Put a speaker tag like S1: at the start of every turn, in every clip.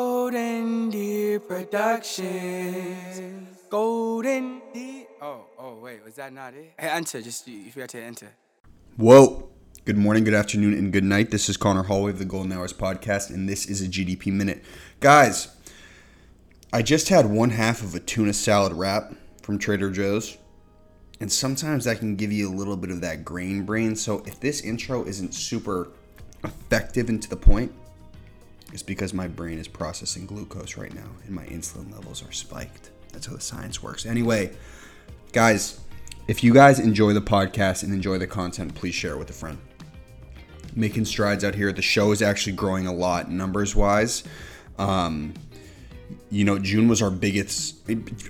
S1: Golden Deer Productions. Golden Deer. Oh, oh, wait, was that not it? Hey, enter. Just you, you forgot to enter.
S2: Whoa. Good morning, good afternoon, and good night. This is Connor Hallway of the Golden Hours Podcast, and this is a GDP Minute. Guys, I just had one half of a tuna salad wrap from Trader Joe's, and sometimes that can give you a little bit of that grain brain. So if this intro isn't super effective and to the point, it's because my brain is processing glucose right now, and my insulin levels are spiked. That's how the science works. Anyway, guys, if you guys enjoy the podcast and enjoy the content, please share it with a friend making strides out here. The show is actually growing a lot numbers wise. Um, you know, June was our biggest,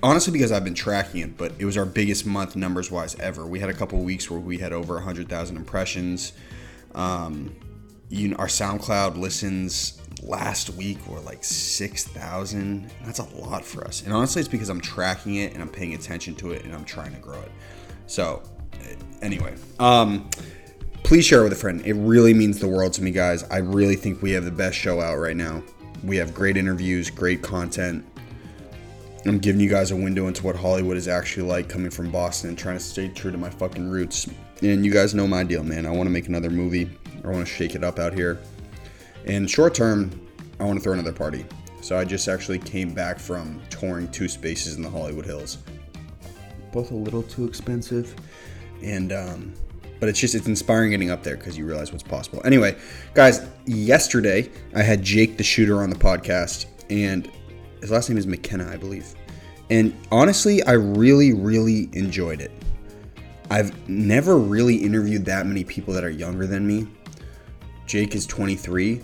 S2: honestly, because I've been tracking it, but it was our biggest month numbers wise ever. We had a couple weeks where we had over 100,000 impressions. Um, you know, our SoundCloud listens last week were like 6,000. That's a lot for us. And honestly, it's because I'm tracking it and I'm paying attention to it and I'm trying to grow it. So, eh, anyway, um, please share it with a friend. It really means the world to me, guys. I really think we have the best show out right now. We have great interviews, great content. I'm giving you guys a window into what Hollywood is actually like coming from Boston and trying to stay true to my fucking roots. And you guys know my deal, man. I want to make another movie. I want to shake it up out here. And short term, I want to throw another party. So I just actually came back from touring two spaces in the Hollywood Hills both a little too expensive and um but it's just it's inspiring getting up there because you realize what's possible anyway guys yesterday i had jake the shooter on the podcast and his last name is mckenna i believe and honestly i really really enjoyed it i've never really interviewed that many people that are younger than me Jake is 23,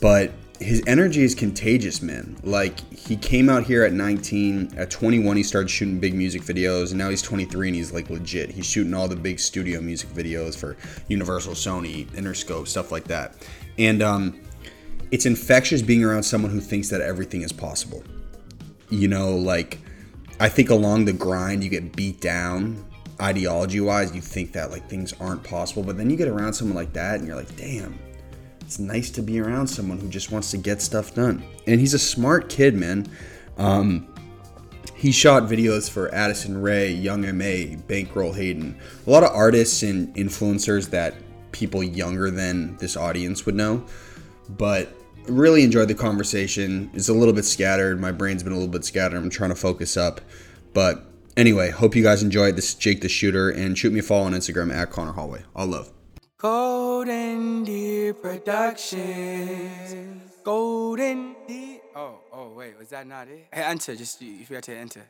S2: but his energy is contagious, man. Like he came out here at 19, at 21 he started shooting big music videos, and now he's 23 and he's like legit. He's shooting all the big studio music videos for Universal, Sony, Interscope, stuff like that. And um, it's infectious being around someone who thinks that everything is possible. You know, like I think along the grind you get beat down ideology wise, you think that like things aren't possible, but then you get around someone like that and you're like, damn, it's nice to be around someone who just wants to get stuff done. And he's a smart kid, man. Um, he shot videos for Addison Ray, Young MA, Bankroll Hayden, a lot of artists and influencers that people younger than this audience would know. But really enjoyed the conversation. It's a little bit scattered. My brain's been a little bit scattered. I'm trying to focus up. But anyway, hope you guys enjoyed. This is Jake the Shooter, and shoot me a follow on Instagram at Connor Hallway. All love.
S1: Golden Deer Productions. Golden Deer. Oh, oh, wait, was that not it? Hey, enter. Just you, you forgot to enter.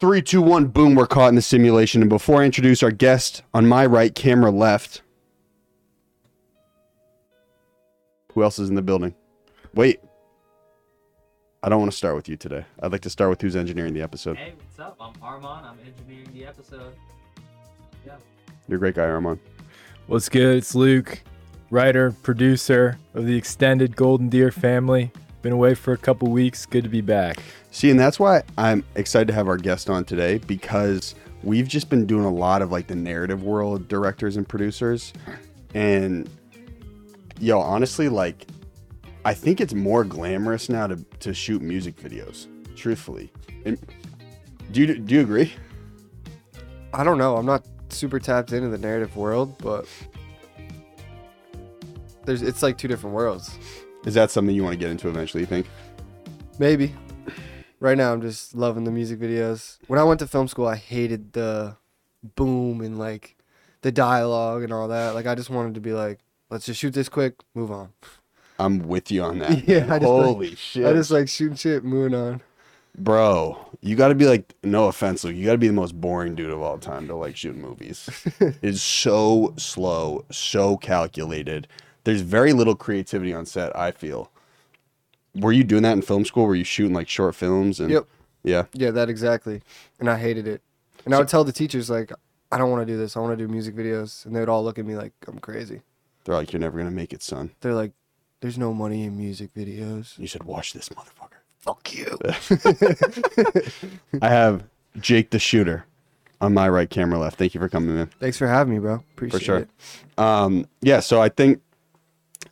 S2: Three, two, one, boom, we're caught in the simulation. And before I introduce our guest, on my right, camera left. Who else is in the building? Wait. I don't want to start with you today. I'd like to start with who's engineering the episode.
S3: Hey, what's up? I'm Armon. I'm engineering the episode. Yeah.
S2: You're a great guy, Armand.
S4: What's good? It's Luke, writer, producer of the extended Golden Deer family. Been away for a couple weeks. Good to be back.
S2: See, and that's why I'm excited to have our guest on today because we've just been doing a lot of like the narrative world directors and producers. And yo, honestly, like I think it's more glamorous now to, to shoot music videos, truthfully. And do you do you agree?
S5: I don't know. I'm not super tapped into the narrative world, but there's it's like two different worlds.
S2: Is that something you want to get into eventually, you think?
S5: Maybe. Right now, I'm just loving the music videos. When I went to film school, I hated the boom and like the dialogue and all that. Like I just wanted to be like, let's just shoot this quick, move on.
S2: I'm with you on that.
S5: Yeah, I just
S2: Holy
S5: like,
S2: shit.
S5: I just like shooting shit, moving on.
S2: Bro, you got to be like, no offense, Luke, you got to be the most boring dude of all time to like shoot movies. it's so slow, so calculated. There's very little creativity on set, I feel. Were you doing that in film school? Were you shooting like short films? And
S5: Yep.
S2: Yeah.
S5: Yeah, that exactly. And I hated it. And I would tell the teachers like, I don't want to do this. I want to do music videos, and they would all look at me like I'm crazy.
S2: They're like, you're never going to make it, son.
S5: They're like, there's no money in music videos.
S2: You should watch this motherfucker.
S5: Fuck you.
S2: I have Jake the Shooter on my right, camera left. Thank you for coming in.
S5: Thanks for having me, bro. Appreciate
S2: for sure.
S5: it.
S2: Um, yeah, so I think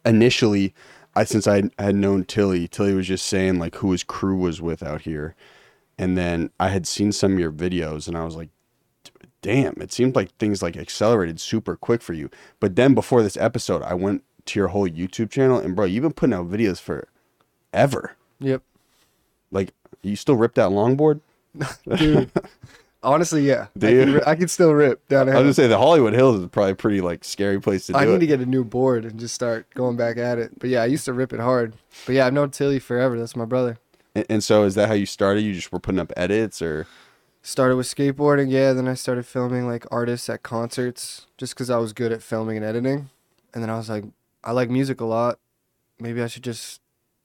S2: initially I since I had known Tilly, Tilly was just saying like who his crew was with out here, and then I had seen some of your videos, and I was like, damn, it seemed like things like accelerated super quick for you. But then before this episode, I went to your whole YouTube channel, and bro, you've been putting out videos for ever.
S5: Yep.
S2: Like you still rip that longboard.
S5: Dude. Honestly, yeah. I
S2: Dude.
S5: can, ri- I can still rip down a
S2: I was gonna
S5: hill.
S2: say the Hollywood Hills is probably a pretty like scary place to do
S5: I need
S2: it.
S5: to get a new board and just start going back at it. But yeah, I used to rip it hard. But yeah, I've known Tilly forever. That's my brother.
S2: And- and so is that how you started? You just were putting up edits or
S5: started with skateboarding yeah then i started filming like artists at concerts just because i was good at filming and editing and then i was like i like music a lot maybe i should just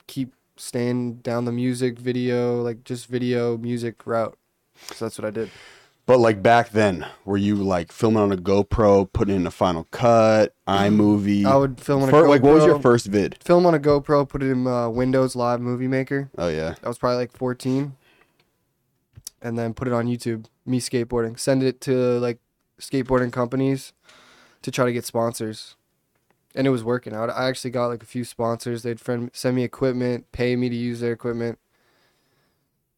S5: keep staying down the music video like just video music route so that's what i did
S2: But like back then, were you like filming on a GoPro, putting in a Final Cut, iMovie?
S5: i would film on a
S2: Fir-
S5: GoPro,
S2: like what was your first vid?
S5: film on a gopro put it in uh, windows live movie maker
S2: Oh yeah,
S5: i was probably like 14 and then put it on youtube me skateboarding send it to like skateboarding companies to try to get sponsors and it was working out i actually got like a few sponsors they'd friend, send me equipment pay me to use their equipment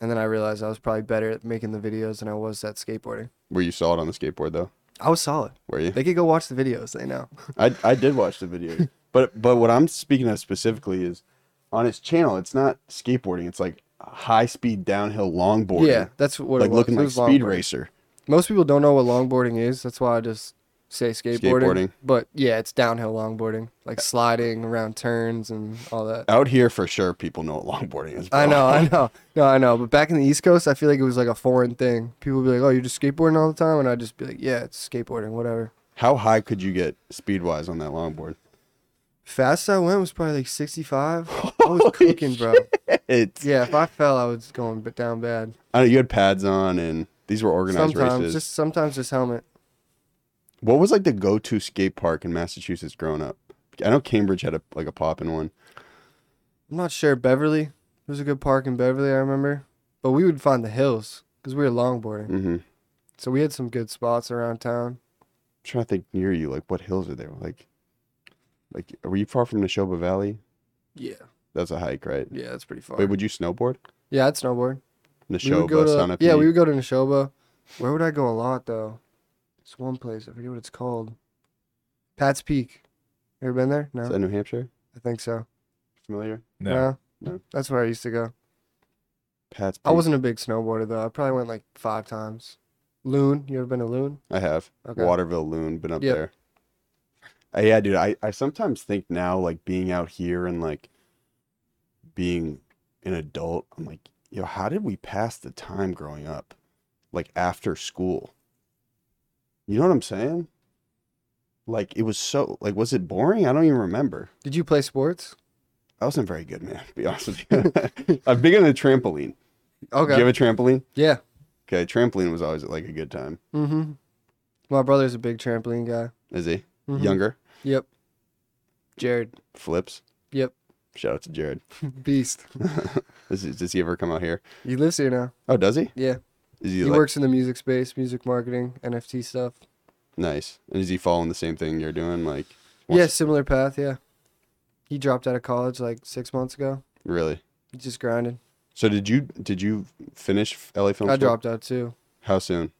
S5: and then i realized i was probably better at making the videos than i was at skateboarding
S2: where you saw it on the skateboard though,
S5: i was solid
S2: were you?
S5: they could go watch the videos they know
S2: I I did watch the video, but but what I'm speaking of specifically is on his channel. It's not skateboarding. It's like high speed downhill longboarding.
S5: yeah that's what
S2: like
S5: it was
S2: looking
S5: It
S2: like
S5: was
S2: speed
S5: longboarding.
S2: racer.
S5: most people don't know what longboarding is that's why i just say skateboarding,
S2: Skateboarding.
S5: but yeah it's downhill longboarding like sliding around turns and all that
S2: Out here for sure, people know what longboarding is.
S5: i
S2: bro.
S5: know i know no i know but back in the east coast i feel like it was like a foreign thing people would be like oh you're just skateboarding all the time and i'd just be like yeah it's skateboarding whatever
S2: How high could you get speed wise on that longboard?
S5: fastest i went was probably like 65 i was cooking bro
S2: It's
S5: yeah if i fell i was going b- down bad
S2: I know you had pads on, and these were organized
S5: sometimes
S2: races.
S5: just sometimes just helmet
S2: What was like the go-to skate park in Massachusetts growing up? I know Cambridge had a like a poppin' one.
S5: i'm not sure beverly there's a good park in beverly i remember but we would find the hills because we were longboarding
S2: Mm-hmm. I'm
S5: So we had some good spots around town.
S2: trying to think near you, like what hills are there? Like, like were you far from Neshoba Valley?
S5: Yeah,
S2: That's a hike, right?
S5: yeah, that's pretty far.
S2: Wait, would you snowboard?
S5: yeah, I'd snowboard. We would
S2: Neshoba,
S5: go to,
S2: Sunapee.
S5: yeah, we would go to Neshoba. Where would I go a lot though? It's one place. I forget what it's called. Pat's Peak. Ever been there? No,
S2: Is that New Hampshire?
S5: I think so.
S2: Familiar?
S4: No.
S2: No.
S5: That's where I used to go.
S2: Pat's.
S5: I
S2: Peak.
S5: wasn't a big snowboarder though. I probably went like five times. Loon, you ever been to Loon?
S2: I have
S5: Okay.
S2: Waterville Loon, been up
S5: Yep.
S2: there. Uh, yeah, dude. I I sometimes think now, like being out here and like being an adult, I'm like, yo, how did we pass the time growing up, like after school? You know what I'm saying? Like it was so like was it boring? I don't even remember.
S5: Did you play sports?
S2: I wasn't very good, man. To be honest with you, I'm big on the trampoline. Do
S5: Okay.
S2: you have a trampoline?
S5: yeah.
S2: Okay, trampoline was always like a good time.
S5: Mm-hmm. My brother's a big trampoline guy.
S2: Is he
S5: Mhm.
S2: younger?
S5: Yep. Jared.
S2: Flips.
S5: Yep.
S2: Shout out to Jared.
S5: Beast.
S2: Does he, does he ever come out here?
S5: He lives here now.
S2: Oh, does he?
S5: Yeah.
S2: Is he,
S5: He
S2: like,
S5: works in the music space, music marketing, NFT stuff.
S2: nice? And is he following the same thing you're doing? Like,
S5: Yeah, similar path. Yeah. He dropped out of college like six months ago.
S2: really?
S5: He just grinded.
S2: So did you did you finish LA Film?
S5: I
S2: School?
S5: dropped out too.
S2: How soon?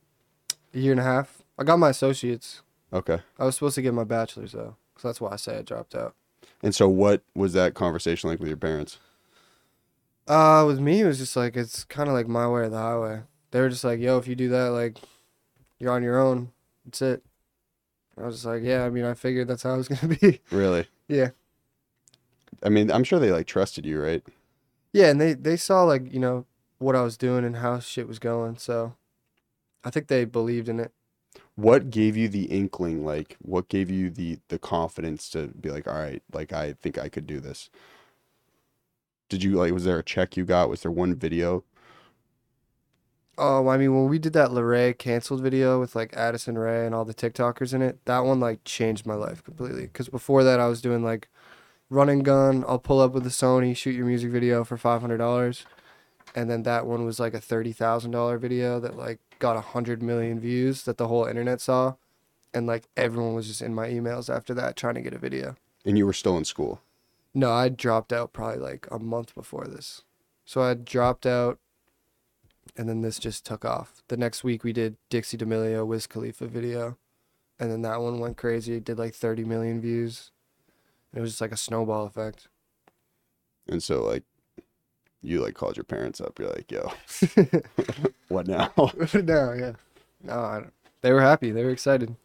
S5: A year and a half. I got my associates.
S2: Okay.
S5: I was supposed to get my bachelor's though. So that's why I say I dropped out.
S2: And so what was that conversation like with your parents?
S5: Uh, with me, it was just like, it's kind of like my way or the highway. They were just like, yo, if you do that, like, you're on your own. That's it. I was just like, yeah, I mean, I figured that's how it was going to be.
S2: Really?
S5: Yeah.
S2: I mean, I'm sure they like trusted you, right?
S5: Yeah, and they they saw like you know what I was doing and how shit was going, so I think they believed in it.
S2: What gave you the inkling? Like, what gave you the the confidence to be like, all right, like I think I could do this? Did you like? Was there a check you got? Was there one video?
S5: Oh, I mean, when we did that Larray canceled video with like Addison Ray and all the TikTokers in it, that one like changed my life completely. Because before that, I was doing like run and gun. I'll pull up with a Sony, shoot your music video for five hundred dollars, and then that one was like a thirty thousand dollar video that like got a hundred million views that the whole internet saw, and like everyone was just in my emails after that trying to get a video.
S2: And you were still in school.
S5: No, I dropped out probably like a month before this. So I dropped out and then this just took off. The next week we did Dixie D'Amelio Wiz Khalifa video. And then that one went crazy. It did like 30 million views. It was just like a snowball effect.
S2: And so like you like called your parents up. You're like, yo, what now?
S5: no, yeah. No, I don't. they were happy. They were excited.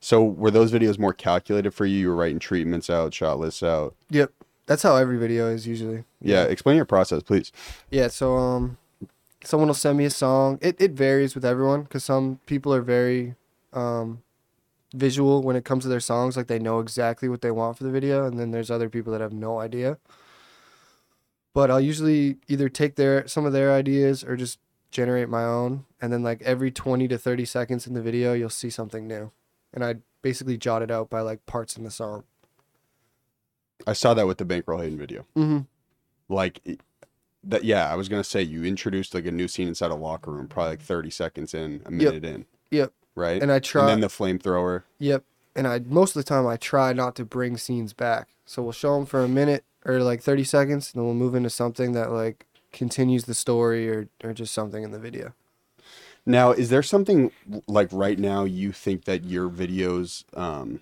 S2: so were those videos more calculated for you? You were writing treatments out, shot lists out.
S5: Yep. That's how every video is usually.
S2: Yeah. Explain your process, please.
S5: Yeah, so um, someone will send me a song. It it varies with everyone because some people are very um, visual when it comes to their songs. Like they know exactly what they want for the video, and then there's other people that have no idea. But I'll usually either take their some of their ideas or just generate my own, and then like every twenty to thirty seconds in the video, you'll see something new, and I basically jot it out by like parts in the song.
S2: I saw that with the Bankroll Hayden video.
S5: Mm-hmm.
S2: Like it- that. Yeah. I was going to say you introduced like a new scene inside a locker room, probably like 30 seconds in a minute in.
S5: Yep.
S2: Right.
S5: And I try.
S2: and then the flamethrower.
S5: Yep. And I most of the time I try not to bring scenes back. So we'll show them for a minute or like 30 seconds, and then we'll move into something that like continues the story or or just something in the video.
S2: Now, is there something like right now you think that your videos, um,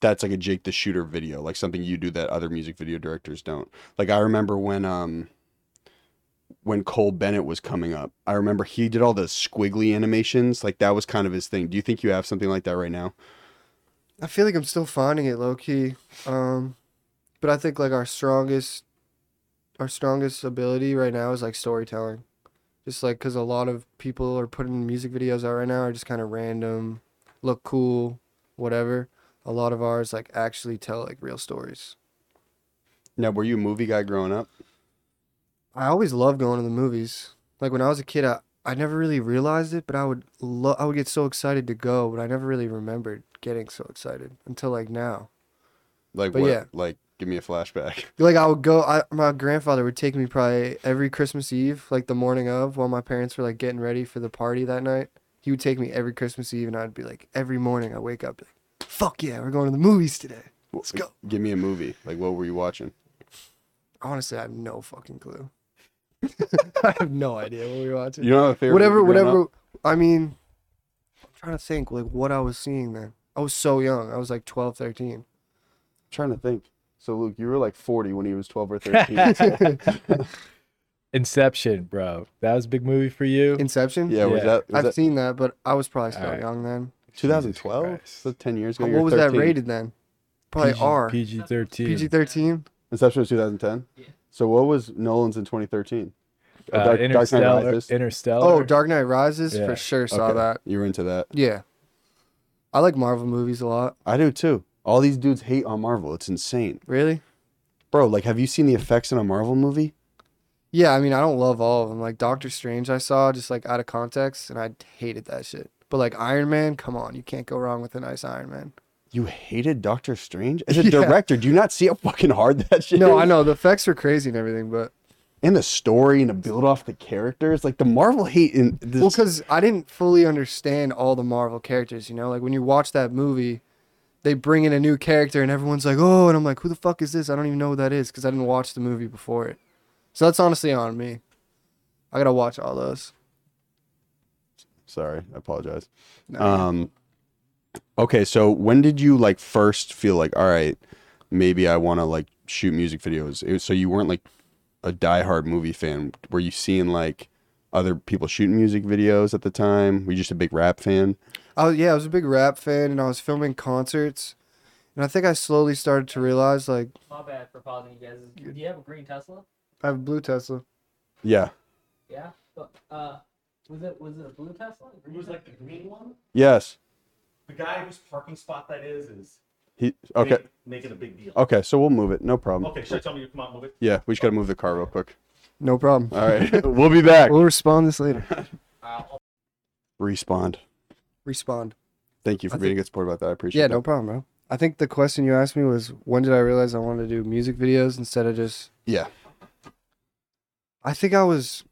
S2: that's like a Jake the Shooter video, like something you do that other music video directors don't? Like I remember when, um, when Cole Bennett was coming up, I remember he did all the squiggly animations. Like that was kind of his thing. Do you think you have something like that right now?
S5: I feel like I'm still finding it low key. Um, but I think like our strongest our strongest ability right now is like storytelling. Just like cuz a lot of people are putting music videos out right now are just kind of random, look cool, whatever. A lot of ours like actually tell like real stories.
S2: Now, were you a movie guy growing up?
S5: I always loved going to the movies. Like when I was a kid, I, I never really realized it, but I would lo- I would get so excited to go, but I never really remembered getting so excited until like now.
S2: Like,
S5: But
S2: what,
S5: yeah.
S2: like give me a flashback.
S5: Like I would go. I, my grandfather would take me probably every Christmas Eve, like the morning of, while my parents were like getting ready for the party that night. He would take me every Christmas Eve, and I'd be like, every morning I wake up, be like, fuck yeah, we're going to the movies today.
S2: Let's
S5: go.
S2: Give me a movie. Like, what were you watching?
S5: Honestly, I have no fucking clue. I have no idea what we were watching.
S2: You don't have a favorite.
S5: whatever,
S2: movie growing
S5: whatever.
S2: up?
S5: I mean, I'm trying to think like what I was seeing then. I was so young. I was like 12, 13.
S2: I'm trying to think. So Luke, you were like 40 when he was 12 or 13.
S4: Inception, bro. That was a big movie for you.
S5: Inception.
S2: Yeah, was
S4: Yeah.
S2: that, was
S5: I've
S2: that
S5: seen that, but I was probably still
S4: Alright.
S5: young then.
S4: Jesus
S2: 2012?
S4: Christ.
S2: So 10 years ago. you
S5: what
S2: were
S5: was that
S2: 13.
S5: rated then? Probably
S4: PG,
S5: R.
S4: PG thirteen.
S5: PG thirteen.
S2: Inception was 2010.
S3: Yeah.
S2: So what was Nolan's in 2013?
S4: uh,
S2: Dark- Dark Knight
S4: Interstellar.
S2: Rises?
S4: Interstellar.
S5: Oh, Dark Knight Rises
S4: Yeah.
S5: for sure. Saw
S2: Okay,
S5: that.
S2: You were into that.
S5: Yeah, I like Marvel movies a lot.
S2: I do too. All these dudes hate on Marvel. It's insane.
S5: Really?
S2: Bro, like, have you seen the effects in a Marvel movie?
S5: Yeah. I mean, I don't love all of them. Like Doctor Strange, I saw just like out of context, and I hated that shit. But like Iron Man, come on, you can't go wrong with a nice Iron Man.
S2: You hated Doctor Strange? As a
S5: Yeah.
S2: director, do you not see how fucking hard that shit
S5: No,
S2: is?
S5: I know the effects were crazy and everything, but
S2: And the story and to build off the characters. Like, the Marvel hate in this.
S5: well, because I didn't fully understand all the Marvel characters, you know, like when you watch that movie, they bring in a new character and everyone's like, oh, and I'm like, who the fuck is this? I don't even know who that is because I didn't watch the movie before it. So that's honestly on me. I gotta watch all those.
S2: Sorry, I apologize.
S5: No.
S2: Um, okay, so when did you like first feel like, all right, maybe I want to like shoot music videos? It was, so you weren't like a diehard movie fan. Were you seeing like other people shooting music videos at the time? Were you just a big rap fan?
S5: I was, yeah, I was a big rap fan and I was filming concerts, and I think I slowly started to realize like
S3: My bad for pausing you guys. Do you have a green Tesla?
S5: I have a blue Tesla.
S2: Yeah,
S3: Yeah. But, uh, was it was it a blue Tesla?
S6: It was like the green one.
S2: yes.
S6: The guy whose parking spot that is is
S2: He okay, Oh.
S6: make- making a big deal.
S2: okay. So we'll move it. No problem.
S6: Okay, should I tell me to come out and move it?
S2: Yeah, we just gotta move the car real quick.
S5: No problem.
S2: All right, we'll be back.
S5: We'll respond this later.
S6: uh,
S2: Respond.
S5: Respond.
S2: Thank you for
S5: I
S2: being a good sport about that. I appreciate.
S5: Yeah,
S2: that.
S5: no problem, bro. I think the question you asked me was when did I realize I wanted to do music videos instead of just
S2: Yeah.
S5: I think I was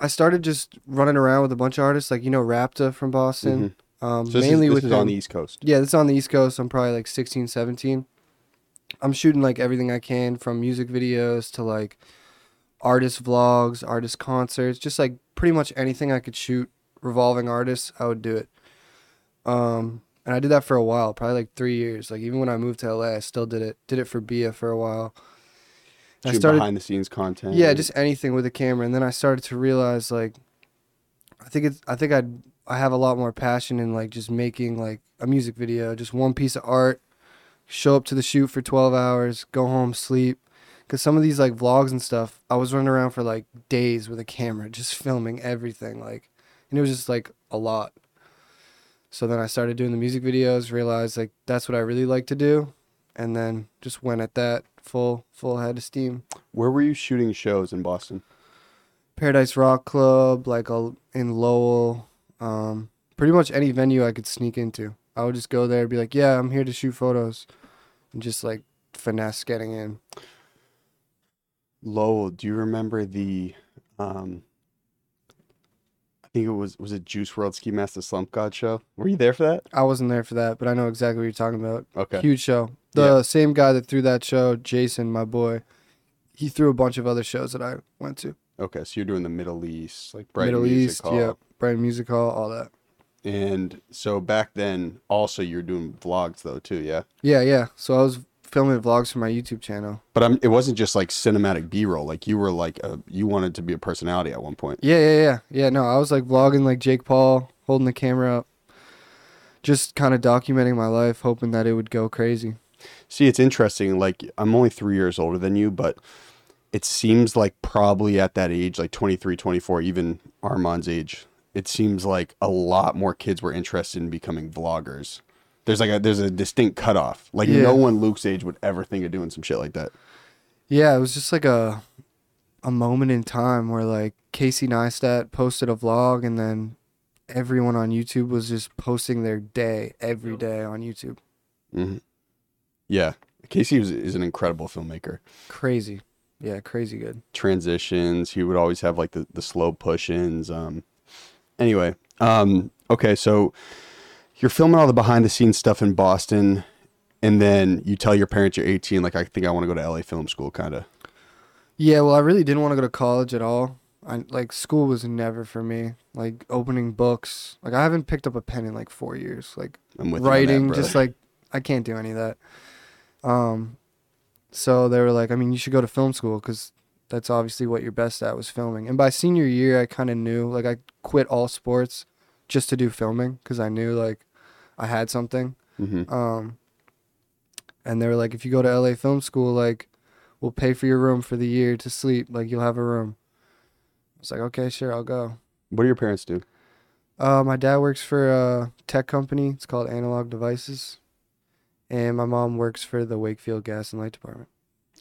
S5: I started just running around with a bunch of artists like you know Rapta from Boston. Um
S2: Mm-hmm. So this
S5: mainly
S2: is, this
S5: with
S2: is on
S5: him-
S2: the East Coast.
S5: Yeah, this is on the East Coast. I'm probably like 16, 17. I'm shooting like everything I can from music videos to like artist vlogs, artist concerts, just like pretty much anything I could shoot revolving artists, I would do it. Um, and I did that for a while, probably like three years. Like even when I moved to LA, I still did it. Did it for Bia for a while. And I
S2: Shoot
S5: started
S2: behind the scenes content.
S5: yeah, just anything with a camera. And then I started to realize like I think it's I think I'd I have a lot more passion in like just making like a music video, just one piece of art, show up to the shoot for 12 hours, go home, sleep. Cause some of these like vlogs and stuff, I was running around for like days with a camera, just filming everything. Like, and it was just like a lot. So then I started doing the music videos, realized like that's what I really like to do. And then just went at that full, full head of steam.
S2: Where were you shooting shows in Boston?
S5: Paradise Rock Club, like a, in Lowell, um, pretty much any venue I could sneak into. I would just go there and be like, yeah, I'm here to shoot photos and just like finesse getting in.
S2: Lowell, do you remember the um I think it was was it Juice World Ski Master Slump God show? Were you there for that?
S5: I wasn't there for that, but I know exactly what you're talking about.
S2: Okay.
S5: Huge show. The same guy that threw that show, Jason, my boy, he threw a bunch of other shows that I went to.
S2: Okay, so you're doing the Middle East, like Brighton
S5: Middle
S2: Music
S5: East,
S2: Hall.
S5: yeah. Brighton Music Hall, all that.
S2: And so back then also you're doing vlogs though too, yeah.
S5: Yeah, yeah. So I was filming vlogs for my YouTube channel.
S2: But I'm, it wasn't just like cinematic B-roll. Like you were like a, you wanted to be a personality at one point.
S5: Yeah, yeah, yeah. Yeah, no, I was like vlogging like Jake Paul, holding the camera up, just kind of documenting my life, hoping that it would go crazy.
S2: See, it's interesting. Like, I'm only three years older than you, but it seems like probably at that age, like 23, 24, even Armand's age, it seems like a lot more kids were interested in becoming vloggers. There's like a there's a distinct cutoff. Like
S5: Yeah.
S2: no one Luke's age would ever think of doing some shit like that.
S5: Yeah, it was just like a a moment in time where like Casey Neistat posted a vlog and then everyone on YouTube was just posting their day every day on YouTube.
S2: hmm Yeah, Casey was, is an incredible filmmaker.
S5: Crazy. Yeah, crazy good.
S2: transitions. He would always have like the, the slow push ins. Um, anyway, um, okay, so you're filming all the behind the scenes stuff in Boston, and then you tell your parents you're 18, like, I think I want to go to LA film school, kind of.
S5: Yeah, well, I really didn't want to go to college at all. I like school was never for me. Like opening books, like I haven't picked up a pen in like 4 years. Like
S2: I'm with you on
S5: writing,
S2: that,
S5: just
S2: brother.
S5: like I can't do any of that. Um, so they were like, I mean, you should go to film school because that's obviously what you're best at was filming. And by senior year, I kind of knew like I quit all sports just to do filming because I knew like I had something.
S2: Mhm.
S5: Um, and they were like, if you go to LA film school, like we'll pay for your room for the year to sleep. Like you'll have a room. I was like, okay, sure, I'll go.
S2: What do your parents do?
S5: Uh, my dad works for a tech company. It's called Analog Devices, and my mom works for the Wakefield Gas and Light Department.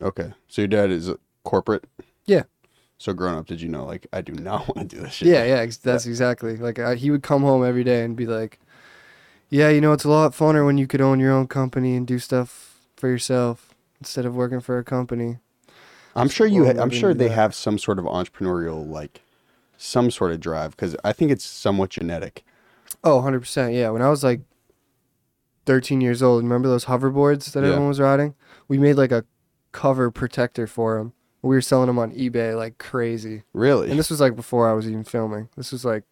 S2: Okay, so your dad is uh, corporate?
S5: Yeah.
S2: So grown up, did you know, like, I do not want to do this shit?
S5: Yeah, yeah, ex- that's exactly. Like I, he would come home every day and be like, "Yeah, you know, it's a lot funner when you could own your own company and do stuff for yourself instead of working for a company."
S2: I'm sure you.
S5: Well,
S2: Ha- I'm
S5: maybe
S2: sure
S5: into
S2: they
S5: that.
S2: have some sort of entrepreneurial, like, some sort of drive because I think it's somewhat genetic.
S5: Oh, 100%. Yeah, when I was like 13 years old, remember those hoverboards that
S2: Yeah.
S5: everyone was riding? We made like a cover protector for them. We were selling them on eBay like crazy.
S2: Really?
S5: And this was like before I was even filming. This was like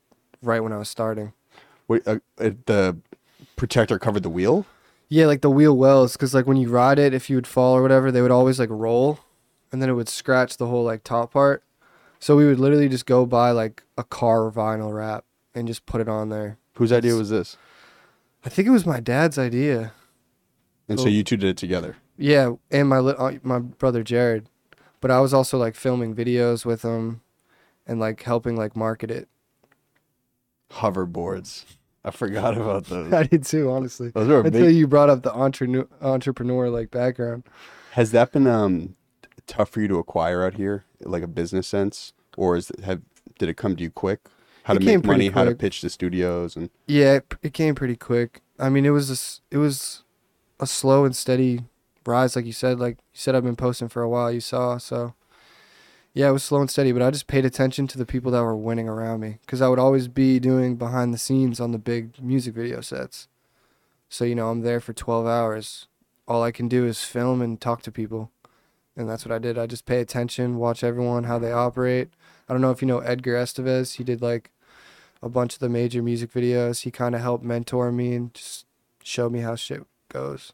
S5: right when I was starting.
S2: Wait, uh, uh, the protector covered the wheel.
S5: Yeah, like the wheel wells, because like when you ride it, if you would fall or whatever, they would always like roll, and then it would scratch the whole like top part. So we would literally just go buy like a car vinyl wrap and just put it on there.
S2: Whose idea was this?
S5: I think it was my dad's idea.
S2: And so
S5: Cool.
S2: you two did it together.
S5: Yeah, and my lit- uh, my brother Jared, but I was also like filming videos with him, and like helping like market it.
S2: Hoverboards. I forgot about those.
S5: I did too, honestly.
S2: Those were
S5: Until
S2: big.
S5: you brought up the entrepreneur entrepreneur like background.
S2: Has that been um tough for you to acquire out here, like a business sense, or is it, have did it come to you quick? How
S5: It
S2: to
S5: came
S2: make
S5: pretty
S2: money? How to
S5: quick.
S2: pitch to studios? And
S5: Yeah, it, it came pretty quick. I mean, it was a, s- it was a slow and steady rise, like you said. Like you said, I've been posting for a while. You saw, so yeah, it was slow and steady. But I just paid attention to the people that were winning around me, because I would always be doing behind the scenes on the big music video sets. So you know, I'm there for 12 hours all I can do is film and talk to people. And that's what I did. I just pay attention, watch everyone, how they operate. I don't know if you know Edgar Estevez. He did like a bunch of the major music videos. He kind of helped mentor me and just show me how shit goes.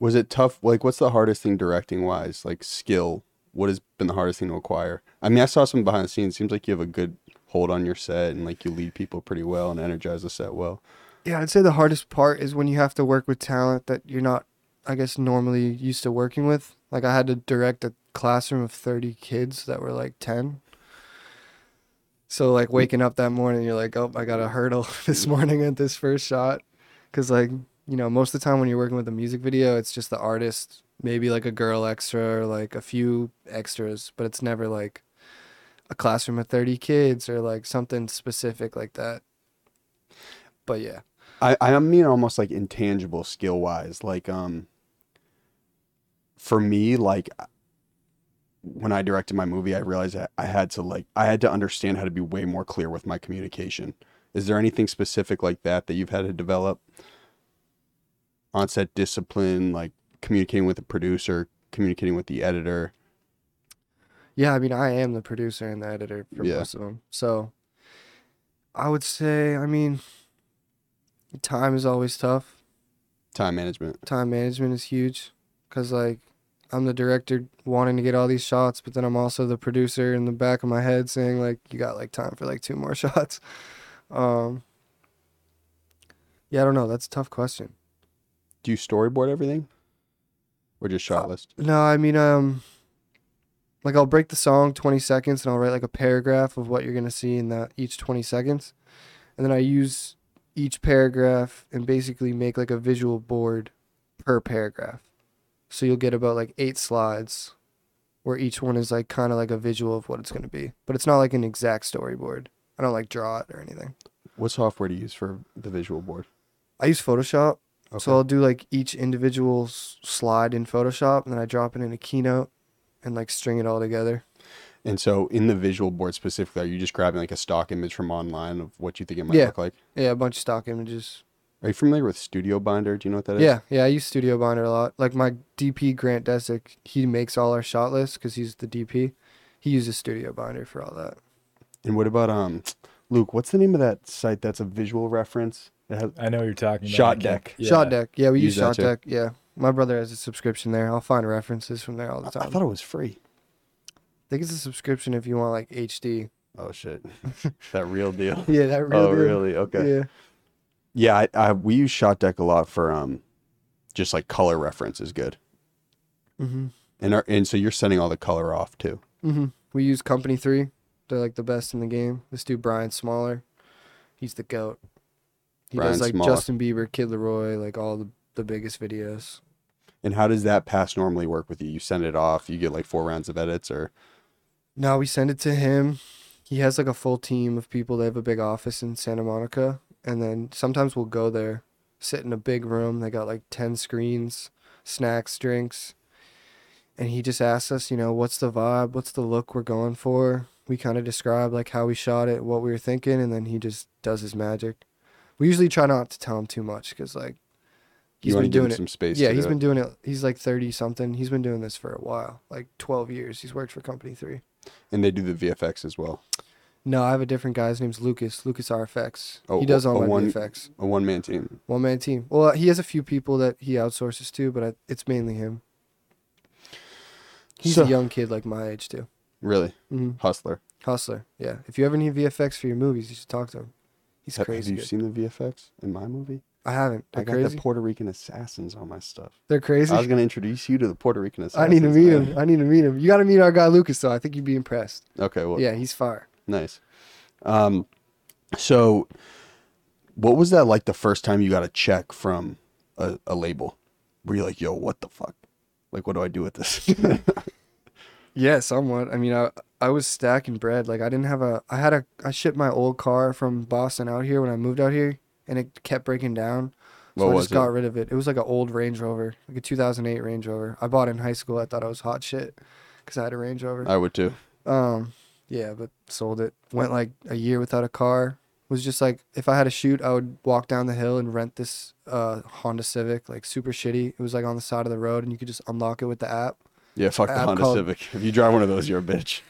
S2: Was it tough? Like, what's the hardest thing directing wise? Like, skill. What has been the hardest thing to acquire? I mean, I saw some behind the scenes. Seems like you have a good hold on your set and like you lead people pretty well and energize the set well.
S5: Yeah, I'd say the hardest part is when you have to work with talent that you're not, I guess, normally used to working with. Like, I had to direct a classroom of 30 kids that were like 10. So, like, waking up that morning, you're like, oh, I got a hurdle this morning at this first shot. Cause, like, you know, most of the time when you're working with a music video, it's just the artist, maybe like a girl extra or like a few extras, but it's never like a classroom of 30 kids or like something specific like that. But yeah.
S2: I, I mean almost like intangible skill wise. Like um for me, like uh, when I directed my movie, I realized that I had to like I had to understand how to be way more clear with my communication. Is there anything specific like that that you've had to develop? On-set discipline, like communicating with the producer, communicating with the editor.
S5: Yeah, I mean, I am the producer and the editor for
S2: Yeah.
S5: most of them. So I would say, I mean, time is always tough.
S2: Time management.
S5: Time management is huge because, like, I'm the director wanting to get all these shots, but then I'm also the producer in the back of my head saying, like, you got like time for like two more shots. Um, yeah, I don't know. That's a tough question.
S2: Do you storyboard everything? Or just shot list?
S5: No, I mean, um, like I'll break the song 20 seconds and I'll write like a paragraph of what you're gonna see in that each 20 seconds, and then I use each paragraph and basically make like a visual board per paragraph. So you'll get about like eight slides, where each one is like kind of like a visual of what it's gonna be, but it's not like an exact storyboard. I don't like draw it or anything.
S2: What software do you use for the visual board?
S5: I use Photoshop.
S2: Okay.
S5: So I'll do like each individual s- slide in Photoshop, and then I drop it in a Keynote, and like string it all together.
S2: And so, in the visual board specifically, are you just grabbing like a stock image from online of what you think it might
S5: Yeah.
S2: look like?
S5: Yeah, a bunch of stock images.
S2: Are you familiar with Studio Binder? Do you know what that is?
S5: Yeah, yeah. I use Studio Binder a lot. Like my DP Grant Desick, he makes all our shot lists because he's the DP. He uses Studio Binder for all that.
S2: And what about um, Luke? What's the name of that site that's a visual reference? It has
S4: I know what you're talking about.
S2: Shot
S4: I can't-
S2: Deck.
S4: Yeah.
S5: Shot Deck, yeah, we
S2: Use
S5: use,
S2: that
S5: Shot
S2: too.
S5: Deck. Yeah, my brother has a subscription there. I'll find references from there all
S2: I,
S5: the
S2: I
S5: time. I,
S2: thought it was free.
S5: think it's a subscription if you want like HD.
S2: Oh shit, that real deal.
S5: Yeah, that really.
S2: oh really? Okay.
S5: Yeah.
S2: Yeah, I, I we use Shot Deck a lot for um, just like color reference is good.
S5: hmm
S2: And our, and so you're sending all the color off too.
S5: hmm We use Company Three. They're like the best in the game. This dude Brian Smaller, he's the goat. He
S2: Brian
S5: does like
S2: Smaller.
S5: Justin Bieber, Kid Leroy, like all the, the biggest videos.
S2: And how does that pass normally work with you? You send it off. You get like four rounds of edits, or
S5: No, we send it to him. He has like a full team of people. They have a big office in Santa Monica. And then sometimes we'll go there, sit in a big room. They got like 10 screens, snacks, drinks. And he just asks us, you know, what's the vibe? What's the look we're going for? We kind of describe like how we shot it, what we were thinking. And then he just does his magic. We usually try not to tell him too much because like
S2: you
S5: he's
S2: want to
S5: been
S2: give
S5: doing
S2: them
S5: it.
S2: some space.
S5: Yeah,
S2: to
S5: he's
S2: do it.
S5: been doing it. He's like 30 something. He's been doing this for a while, like 12 years. He's worked for Company 3.
S2: and they do the VFX as well.
S5: No, I have a different guy. His name's Lucas. Lucas RFX.
S2: Oh,
S5: he does
S2: a
S5: all my
S2: one-
S5: VFX.
S2: A one man team.
S5: One man team. Well, he has a few people that he outsources to, but I, it's mainly him. He's
S2: So-
S5: a young kid like my age too.
S2: Really,
S5: hmm
S2: hustler.
S5: Hustler. Yeah. If you ever need VFX for your movies, you should talk to him. He's
S2: Have, have
S5: crazy.
S2: you
S5: good.
S2: seen the VFX in my movie?
S5: I haven't. They're
S2: I got
S5: crazy.
S2: the Puerto Rican assassins on my stuff.
S5: They're crazy.
S2: I was gonna introduce you to the Puerto Rican
S5: I
S2: assassins.
S5: need to meet
S2: man.
S5: him. I need to meet him. You got to meet our guy Lucas though. I think you'd be impressed.
S2: Okay, well,
S5: Yeah, he's fire.
S2: nice. Um, so what was that like the first time you got a check from a, a label? Were you like, yo, what the fuck? Like, what do I do with this?
S5: Yeah, somewhat. I mean, I I was stacking bread. Like I didn't have a I had a I shipped my old car from Boston out here when I moved out here and it kept breaking down. So
S2: What
S5: I
S2: was
S5: just got
S2: it?
S5: rid of it. It was like an old Range Rover, like a 2008 Range Rover. I bought it in high school. I thought I was hot shit cuz I had a Range Rover.
S2: I would too.
S5: Um yeah, but sold it. Went like a year without a car. was just like if I had a shoot, I would walk down the hill and rent this uh, Honda Civic, like super shitty. It was like on the side of the road, and you could just unlock it with the app.
S2: Yeah, fuck the
S5: App
S2: Honda
S5: called-
S2: Civic. If you drive one of those, you're a bitch.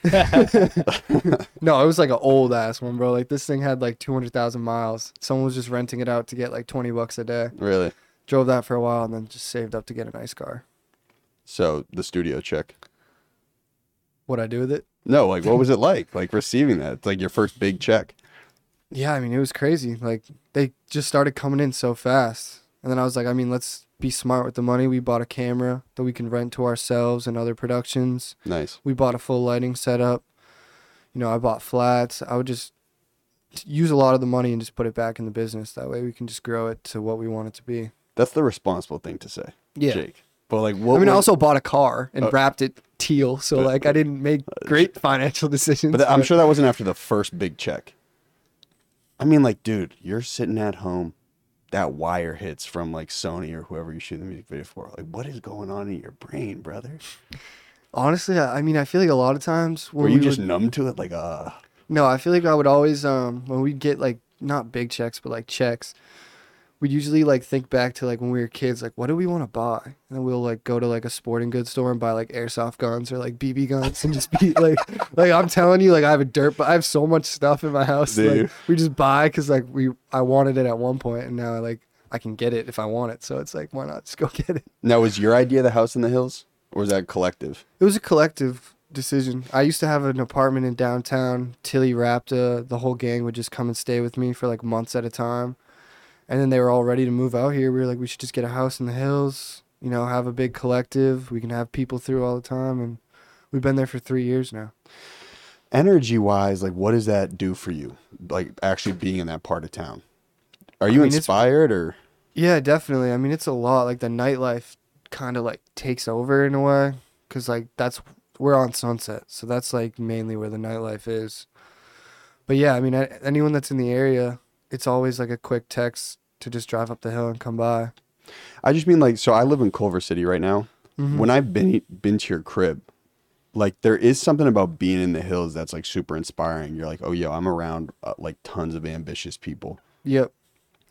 S5: No, it was like an old ass one, bro. Like this thing had like two hundred thousand miles. Someone was just renting it out to get like twenty bucks a day.
S2: really?
S5: Drove that for a while, and then just saved up to get a nice car.
S2: So the studio check.
S5: What I do with it?
S2: No, like what was it like? Like receiving that? It's like your first big check.
S5: Yeah, I mean, it was crazy. Like they just started coming in so fast. And then I was like, I mean, let's be smart with the money. We bought a camera that we can rent to ourselves and other productions.
S2: Nice.
S5: We bought a full lighting setup. You know, I bought flats. I would just use a lot of the money and just put it back in the business. That way we can just grow it to what we want it to be.
S2: That's the responsible thing to say,
S5: Yeah.
S2: Jake. But like,
S5: I
S2: what?
S5: mean, I
S2: would-
S5: also bought a car and
S2: Uh,
S5: wrapped it teal. So,
S2: but- uh,
S5: like, I didn't make great financial decisions.
S2: But that, I'm sure that wasn't after the first big check. I mean, like, dude, you're sitting at home, that wire hits from like Sony or whoever you shoot the music video for. Like, what is going on in your brain, brother?
S5: Honestly, I I mean, I feel like a lot of times when
S2: Were you
S5: we
S2: just
S5: would-
S2: numb to it? Like, uh,
S5: No, I feel like I would always um when we'd get like not big checks but like checks, we'd usually like think back to like when we were kids, like what do we want to buy? And then we'll like go to like a sporting goods store and buy like airsoft guns or like BB guns and just be like like I'm telling you, like I have a dirt but I have so much stuff in my house.
S2: Do you?
S5: Like we just buy because like we I wanted it at one point and now like I can get it if I want it. So it's like why not just go get it?
S2: now was your idea the house in the hills, or was that collective?
S5: It was a collective decision. I used to have an apartment in downtown. Tilly Rapta, the whole gang would just come and stay with me for like months at a time. And then they were all ready to move out here. We were like, we should just get a house in the hills, you know, have a big collective. We can have people through all the time. And we've been there for three years now.
S2: Energy wise, like, what does that do for you? Like, actually being in that part of town. Are you
S5: mean, it's-
S2: inspired or?
S5: Yeah, definitely. I mean, it's a lot. Like the nightlife kind of like takes over in a way, cause like that's we're on Sunset, so that's like mainly where the nightlife is. But yeah, I mean, a- anyone that's in the area, it's always like a quick text to just drive up the hill and come by.
S2: I just mean like, so I live in Culver City right now. When I've been been to your crib, like there is something about being in the hills that's like super inspiring. You're like, oh yo, I'm around uh, like tons of ambitious people.
S5: Yep.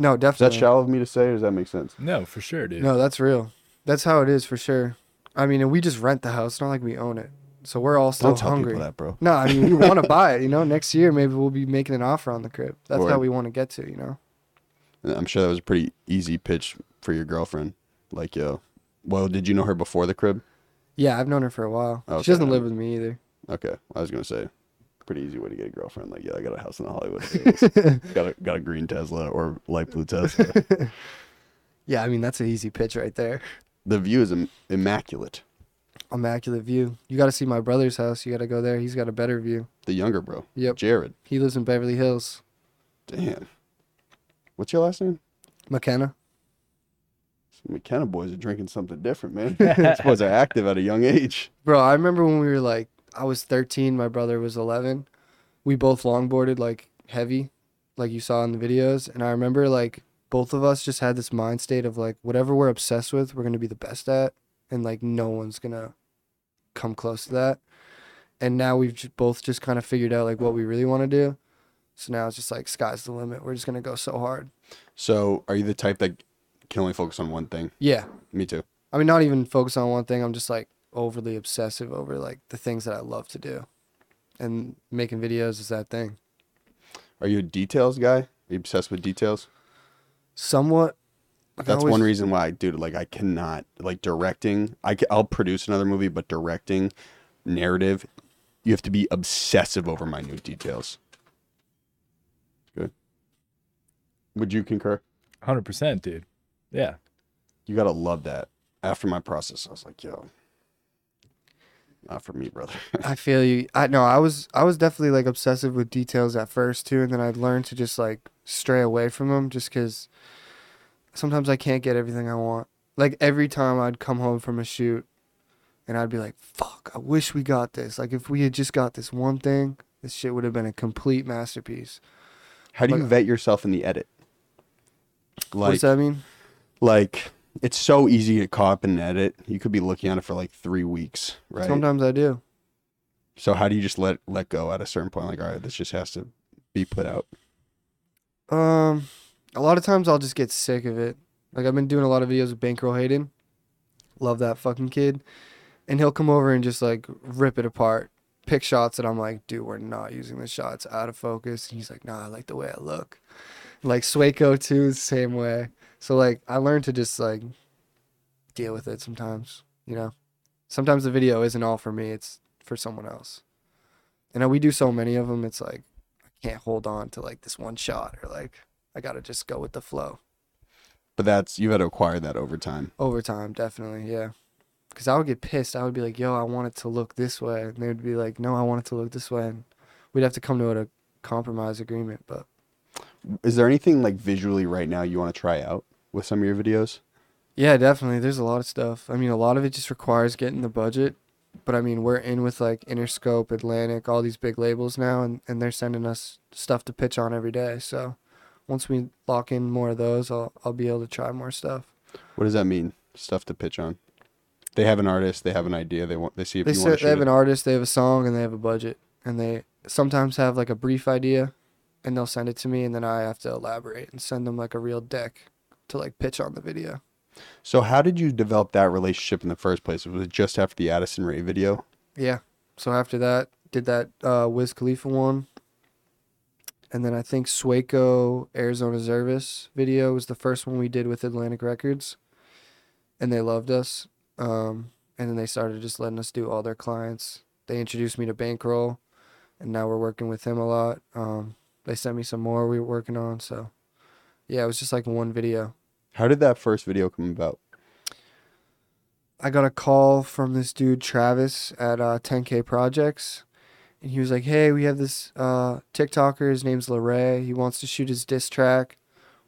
S5: No,
S2: Is that
S5: definitely.
S2: shallow of me to say, or does that make sense?
S4: No, for sure, dude.
S5: No, that's real. That's how it is for sure. I mean, and we just rent the house. It's not like we own it, so we're all still
S2: Don't tell
S5: hungry.
S2: people that, bro.
S5: No, I mean, we want to buy it. You know, next year maybe we'll be making an offer on the crib. That's
S2: Word.
S5: how we want to get to. You know.
S2: I'm sure that was a pretty easy pitch for your girlfriend. Like, yo, well, did you know her before the crib?
S5: Yeah, I've known her for a while.
S2: Okay,
S5: She doesn't
S2: I
S5: live with me either.
S2: Okay, I was gonna say, pretty easy way to get a girlfriend. Like, yeah, I got a house in the Hollywood. Hills. got a got a green Tesla or light blue Tesla.
S5: Yeah, I mean that's an easy pitch right there.
S2: the view is im- immaculate.
S5: Immaculate view. You got to see my brother's house. You got to go there. He's got a better view.
S2: The younger bro.
S5: Yep.
S2: Jared.
S5: He lives in Beverly Hills.
S2: Damn. What's your last name?
S5: McKenna.
S2: Some McKenna boys are drinking something different, man. These boys are active at a young age.
S5: Bro, I remember when we were like, I was 13, my brother was 11. We both longboarded like heavy, like you saw in the videos. And I remember like both of us just had this mind state of like, whatever we're obsessed with, we're going to be the best at. And like, no one's going to come close to that. And now we've j- both just kind of figured out like what we really want to do. So now it's just like, sky's the limit. We're just going to go so hard.
S2: So, are you the type that can only focus on one thing?
S5: Yeah.
S2: Me too.
S5: I mean, not even focus on one thing. I'm just like overly obsessive over like the things that I love to do, and making videos is that thing.
S2: Are you a details guy? Are you obsessed with details?
S5: Somewhat. like, I
S2: That's
S5: always-
S2: one reason why, dude. Like, I cannot like directing. I ca- I'll produce another movie, but directing, narrative, you have to be obsessive over minute details. Good. Would you concur?
S4: 100%, dude. Yeah.
S2: you gotta love that. After my process, I was like, yo, not for me, brother.
S5: I feel you. I no, I was I was definitely like obsessive with details at first too, and then I learned to just like stray away from them just because sometimes I can't get everything I want. Like every time I'd come home from a shoot, and I'd be like, "Fuck, I wish we got this. Like if we had just got this one thing, this shit would have been a complete masterpiece."
S2: How do you
S5: But-
S2: vet yourself in the edit?
S5: what
S2: Like,
S5: does that mean?
S2: like it's so easy to get caught up in an edit. You could be looking at it for like three weeks, right?
S5: Sometimes I do.
S2: So how do you just let let go at a certain point? Like, all right, this just has to be put out.
S5: Um, a lot of times I'll just get sick of it. Like I've been doing a lot of videos with Bankroll Hayden. Love that fucking kid, and he'll come over and just like rip it apart, pick shots that I'm like, dude, we're not using this shot. It's out of focus. And he's like, nah, I like the way I look. Like Swaco too, is the same way. So like I learned to just like deal with it sometimes. You know, sometimes the video isn't all for me. It's for someone else. And we do so many of them. It's like can't hold on to like this one shot or like I gotta just go with the flow.
S2: But that's you had to acquire that over time.
S5: Over time, definitely, yeah. Cause I would get pissed. I would be like, "Yo, I want it to look this way," and they would be like, "No, I want it to look this way," and we'd have to come to a compromise agreement. But
S2: Is there anything like visually right now you want to try out with some of your videos?
S5: yeah, definitely, there's a lot of stuff. I mean, a lot of it just requires getting the budget. But I mean, we're in with like Interscope, Atlantic, all these big labels now, and, and they're sending us stuff to pitch on every day. So once we lock in more of those, I'll I'll be able to try more stuff.
S2: What does that mean? Stuff to pitch on. They have an artist. They have an idea. They want. They see if
S5: they
S2: you want
S5: said
S2: to
S5: they have
S2: shoot
S5: an
S2: it.
S5: artist, they have a song, and they have a budget, and they sometimes have like a brief idea, and they'll send it to me, and then I have to elaborate and send them like a real deck to like pitch on the video.
S2: So how did you develop that relationship in the first place? Was it just after the Addison Ray video?
S5: Yeah. So after that, did that uh, Wiz Khalifa one, and then I think Swaco Arizona Zervis video was the first one we did with Atlantic Records, and they loved us. Um, and then they started just letting us do all their clients. They introduced me to Bankroll, and now we're working with him a lot. Um, they sent me some more we were working on. So, yeah, it was just like one video.
S2: How did that first video come about?
S5: I got a call from this dude Travis at uh, 10K Projects, and he was like, "Hey, we have this uh, TikToker. His name's Larray. He wants to shoot his diss track,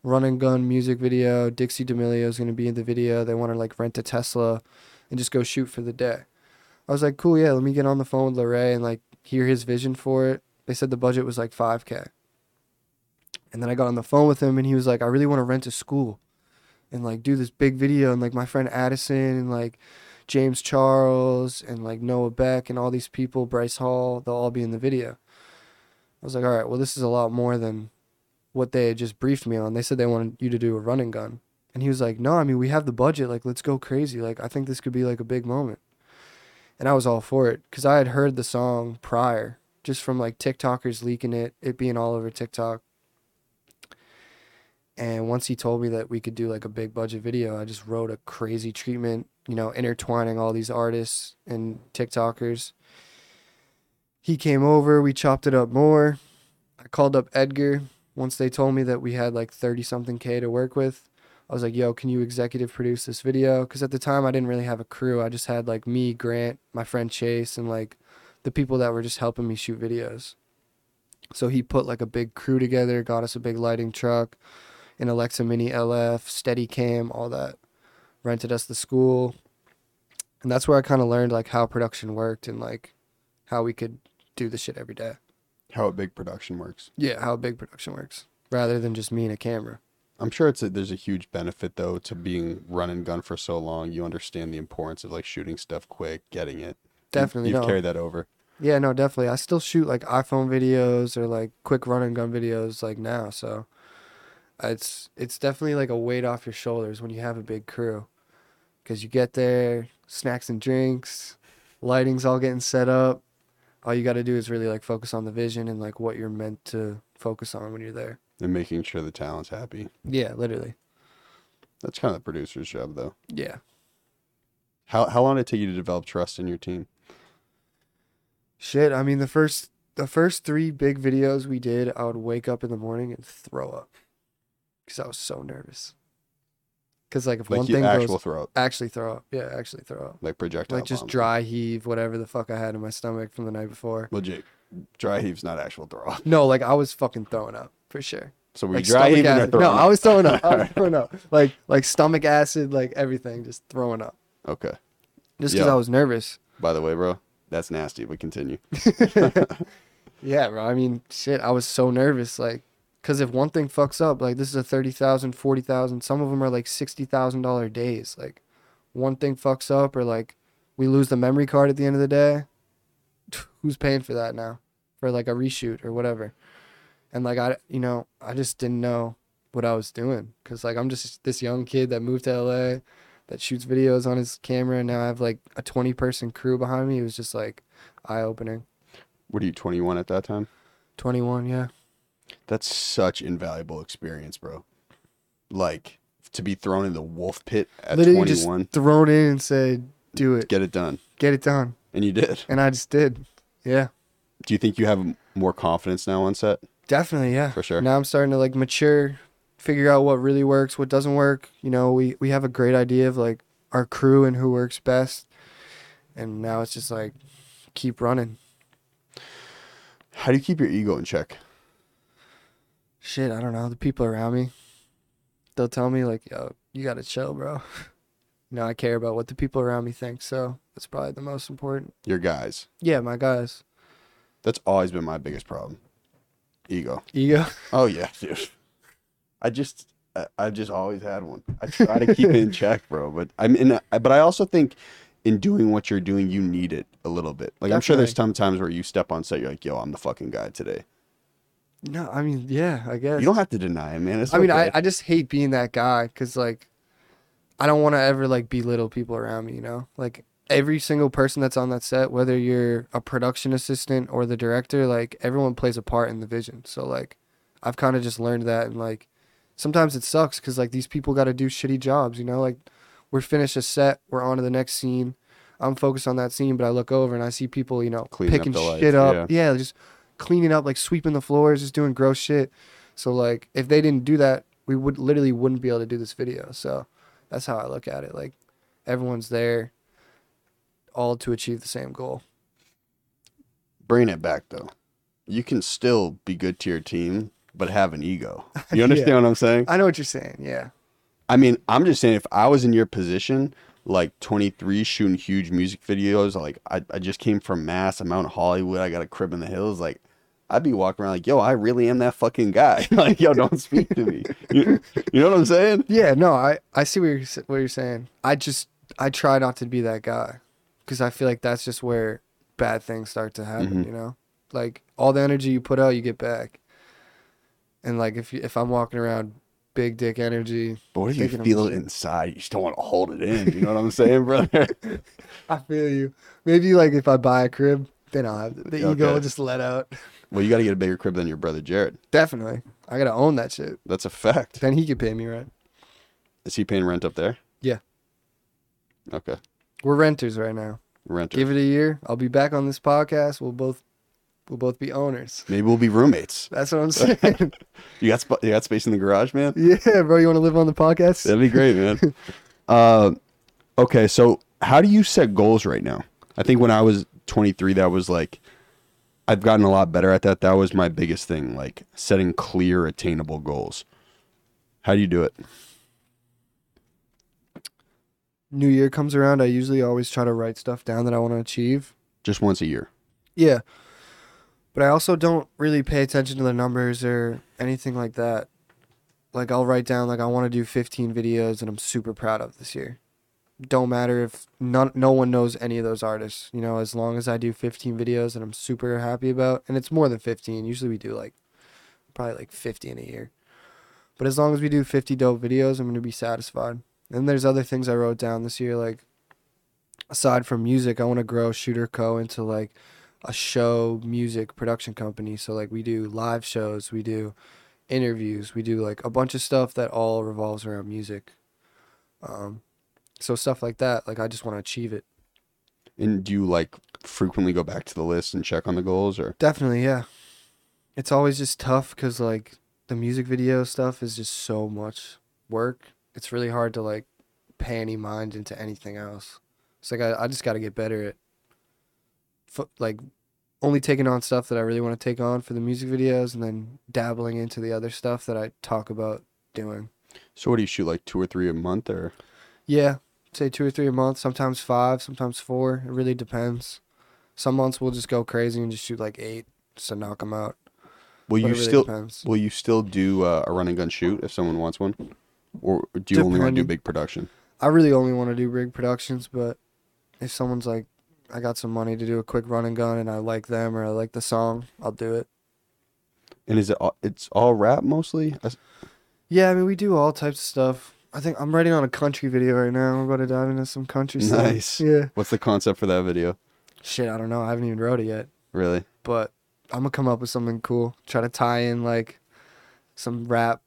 S5: Run and Gun music video. Dixie D'Amelio is gonna be in the video. They want to like rent a Tesla, and just go shoot for the day." I was like, "Cool, yeah. Let me get on the phone with Larray and like hear his vision for it." They said the budget was like 5K, and then I got on the phone with him, and he was like, "I really want to rent a school." And like do this big video and like my friend Addison and like James Charles and like Noah Beck and all these people, Bryce Hall, they'll all be in the video. I was like, all right, well, this is a lot more than what they had just briefed me on. They said they wanted you to do a running gun. And he was like, no, I mean, we have the budget. Like, let's go crazy. Like, I think this could be like a big moment. And I was all for it because I had heard the song prior just from like TikTokers leaking it, it being all over TikTok. And once he told me that we could do like a big budget video, I just wrote a crazy treatment, you know, intertwining all these artists and TikTokers. He came over, we chopped it up more. I called up Edgar once they told me that we had like 30 something K to work with. I was like, yo, can you executive produce this video? Because at the time I didn't really have a crew. I just had like me, Grant, my friend Chase, and like the people that were just helping me shoot videos. So he put like a big crew together, got us a big lighting truck an Alexa Mini LF, Steadicam, all that. Rented us the school, and that's where I kind of learned like how production worked and like how we could do the shit every day.
S2: How a big production works.
S5: Yeah, how big production works, rather than just me and a camera.
S2: I'm sure it's a, there's a huge benefit though to being run and gun for so long. You understand the importance of like shooting stuff quick, getting it. You-
S5: Definitely,
S2: you've
S5: no.
S2: carried that over.
S5: Yeah, no, definitely. I still shoot like iPhone videos or like quick run and gun videos like now, so it's it's definitely like a weight off your shoulders when you have a big crew. Cuz you get there, snacks and drinks, lighting's all getting set up. All you got to do is really like focus on the vision and like what you're meant to focus on when you're there.
S2: and making sure the talent's happy.
S5: Yeah, literally.
S2: That's kind of the producer's job, though.
S5: Yeah.
S2: How how long did it take you to develop trust in your team?
S5: Shit, I mean the first the first 3 big videos we did, I would wake up in the morning and throw up cuz I was so nervous. Cuz like if
S2: Like
S5: one
S2: you
S5: thing
S2: actual
S5: goes
S2: throw up,
S5: actually throw up. Yeah, actually throw up.
S2: like projectile.
S5: Like just
S2: vomit.
S5: dry heave whatever the fuck I had in my stomach from the night before.
S2: Legit, dry heaves, not actual throw up.
S5: No, like I was fucking throwing up for sure.
S2: So we
S5: like
S2: dry
S5: stomach
S2: heaving or
S5: acid.
S2: throwing
S5: No,
S2: up?
S5: I was throwing up. I was
S2: Alright.
S5: throwing up. Like like stomach acid, like everything, just throwing up.
S2: Okay.
S5: Just because
S2: Yeah.
S5: I was nervous.
S2: By the way, bro, that's nasty. But continue.
S5: Yeah, bro. I mean, shit, I was so nervous. Like, because if one thing fucks up, like, this is a 30000 40000 Some of them are like $60,000 days. Like, one thing fucks up, or like, we lose the memory card at the end of the day. Who's paying for that now? For like a reshoot or whatever. and like I, you know, I just didn't know what I was doing because like I'm just this young kid that moved to LA, that shoots videos on his camera, and now I have like a 20 person crew behind me. It was just like eye opening.
S2: What are you, 21 at that time?
S5: 21, yeah.
S2: That's such invaluable experience, bro. Like to be thrown in the wolf pit at
S5: Literally
S2: 21,
S5: just thrown in and said, "Do it,
S2: get it done,
S5: get it done,"
S2: and you did.
S5: and I just did. Yeah.
S2: Do you think you have m- more confidence now on set?
S5: Definitely, yeah.
S2: For sure.
S5: Now I'm starting to like mature, figure out what really works, what doesn't work. You know, we we have a great idea of like our crew and who works best. And now it's just like keep running.
S2: How do you keep your ego in check?
S5: Shit, I don't know. The people around me, they'll tell me like, "Yo, you got to chill, bro." you know, I care about what the people around me think, so that's probably the most important.
S2: Your guys.
S5: Yeah, my guys.
S2: That's always been my biggest problem. Ego.
S5: Ego.
S2: Oh yeah, dude. I just I, I've just always had one. I try to keep it in check, bro. But I'm in. A, but I also think in doing what you're doing, you need it a little bit. Like I'm sure there's some times where you step on set, you're like, "Yo, I'm the fucking guy today."
S5: No, I mean, yeah, I guess.
S2: You don't have to deny it, man. It's
S5: I mean, I,
S2: okay.
S5: I just hate being that guy because like, I don't want to ever like belittle people around me. You know, like every single person that's on that set, whether you're a production assistant or the director, like everyone plays a part in the vision. So like, I've kind of just learned that, and like, sometimes it sucks because like these people got to do shitty jobs. You know, like we're finished a set, we're on to the next scene. I'm focused on that scene, but I look over and I see people, you know,
S2: Cleaning up
S5: picking
S2: the lights,
S5: shit up. yeah, just cleaning up, like sweeping the floors, just doing gross shit. So like if they didn't do that, we would literally wouldn't be able to do this video. So that's how I look at it. Like everyone's there all to achieve the same goal.
S2: bringing it back though. You can still be good to your team, but have an ego. You understand what I'm saying?
S5: I know what you're saying. Yeah.
S2: I mean, I'm just saying, if I was in your position, like 23, shooting huge music videos, like I, I just came from Mass, I'm out in Hollywood, I got a crib in the hills, like I'd be walking around like, yo, I really am that fucking guy. like, yo, don't speak to me. You, you know what I'm saying?
S5: Yeah, no, I I see what you're s- what you're saying. I just I try not to be that guy cuz I feel like that's just where bad things start to happen, you know? Like all the energy you put out, you get back. And like if you, if I'm walking around big dick energy,
S2: But what if you
S5: Thinking I'm
S2: feel it
S5: shit.
S2: inside? You just don't want to hold it in. You know what I'm saying, brother?
S5: I feel you. Maybe like if I buy a crib, then I'll have the, the ego
S2: Okay.
S5: will just let out.
S2: well, you got to get a bigger crib than your brother Jared.
S5: Definitely. I gotta own that shit.
S2: That's a fact.
S5: Then he could pay me rent.
S2: Is he paying rent up there?
S5: Yeah.
S2: Okay.
S5: We're renters right now.
S2: Renter.
S5: Give it a year. I'll be back on this podcast. We'll both we'll both be owners.
S2: Maybe we'll be roommates.
S5: That's what I'm saying.
S2: You got sp- you got space in the garage, man?
S5: yeah, bro. You wanna live on the podcast?
S2: That'd be great, man. uh, okay, so how do you set goals right now? I think when I was 23, that was like, I've gotten a lot better at that. That was my biggest thing, like setting clear, attainable goals. How do you do it?
S5: New year comes around, I usually always try to write stuff down that I want to achieve.
S2: Just once a year.
S5: Yeah. But I also don't really pay attention to the numbers or anything like that. Like I'll write down like I want to do 15 videos and I'm super proud of this year. Don't matter if none, no one knows any of those artists, you know, as long as I do 15 videos and I'm super happy about and it's more than 15. Usually we do like probably like 50 in a year. But as long as we do 50 dope videos, I'm going to be satisfied. And there's other things I wrote down this year like aside from music, I want to grow Shooter Co into like a show music production company. So like we do live shows, we do interviews, we do like a bunch of stuff that all revolves around music. Um, so stuff like that, like I just want to achieve it.
S2: And do you like frequently go back to the list and check on the goals or
S5: Definitely, yeah. It's always just tough because like the music video stuff is just so much work. It's really hard to like pay any mind into anything else. It's like I, I just got to get better at fo- like only taking on stuff that I really want to take on for the music videos and then dabbling into the other stuff that I talk about doing.
S2: so what do you shoot like two or three a month or
S5: Yeah, say two or three a month, sometimes five, sometimes four. It really depends. Some months we'll just go crazy and just shoot like eight just to knock them out.
S2: will
S5: But
S2: you
S5: it really
S2: still
S5: depends.
S2: will you still do uh, a run and gun shoot if someone wants one? Or do you only want to do
S5: Depending.
S2: big production?
S5: I really only want to do big productions, but if someone's like, I got some money to do a quick run and gun and I like them or I like the song, I'll do it.
S2: And is it all, it's all rap mostly? I s-
S5: Yeah, I mean we do all types of stuff. I think I'm writing on a country video right now. We're about to dive into some country stuff.
S2: Nice.
S5: Yeah.
S2: What's the concept for that video?
S5: Shit, I don't know. I haven't even wrote it yet.
S2: Really?
S5: But I'm gonna come up with something cool. Try to tie in like some rap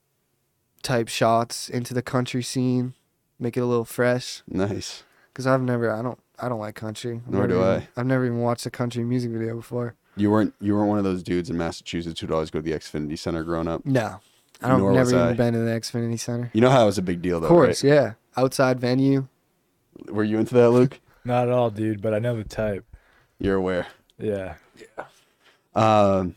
S5: type shots into the country scene. Make it a little fresh.
S2: Nice.
S5: Cause I've never I don't I don't like country. I've
S2: Nor
S5: never
S2: do
S5: even-
S2: I.
S5: I've never even watched a country music video before.
S2: You weren't you weren't one of those dudes in Massachusetts who'd always go to the Xfinity Center growing up.
S5: No. I don't
S2: Nor
S5: never
S2: was
S5: even
S2: I.
S5: been to the Xfinity Center.
S2: You know how it was a big deal though,
S5: Of course,
S2: right?
S5: yeah. Outside venue.
S2: Were you into that, Luke?
S4: Not at all, dude, but I know the type.
S2: You're aware.
S4: Yeah.
S2: Um,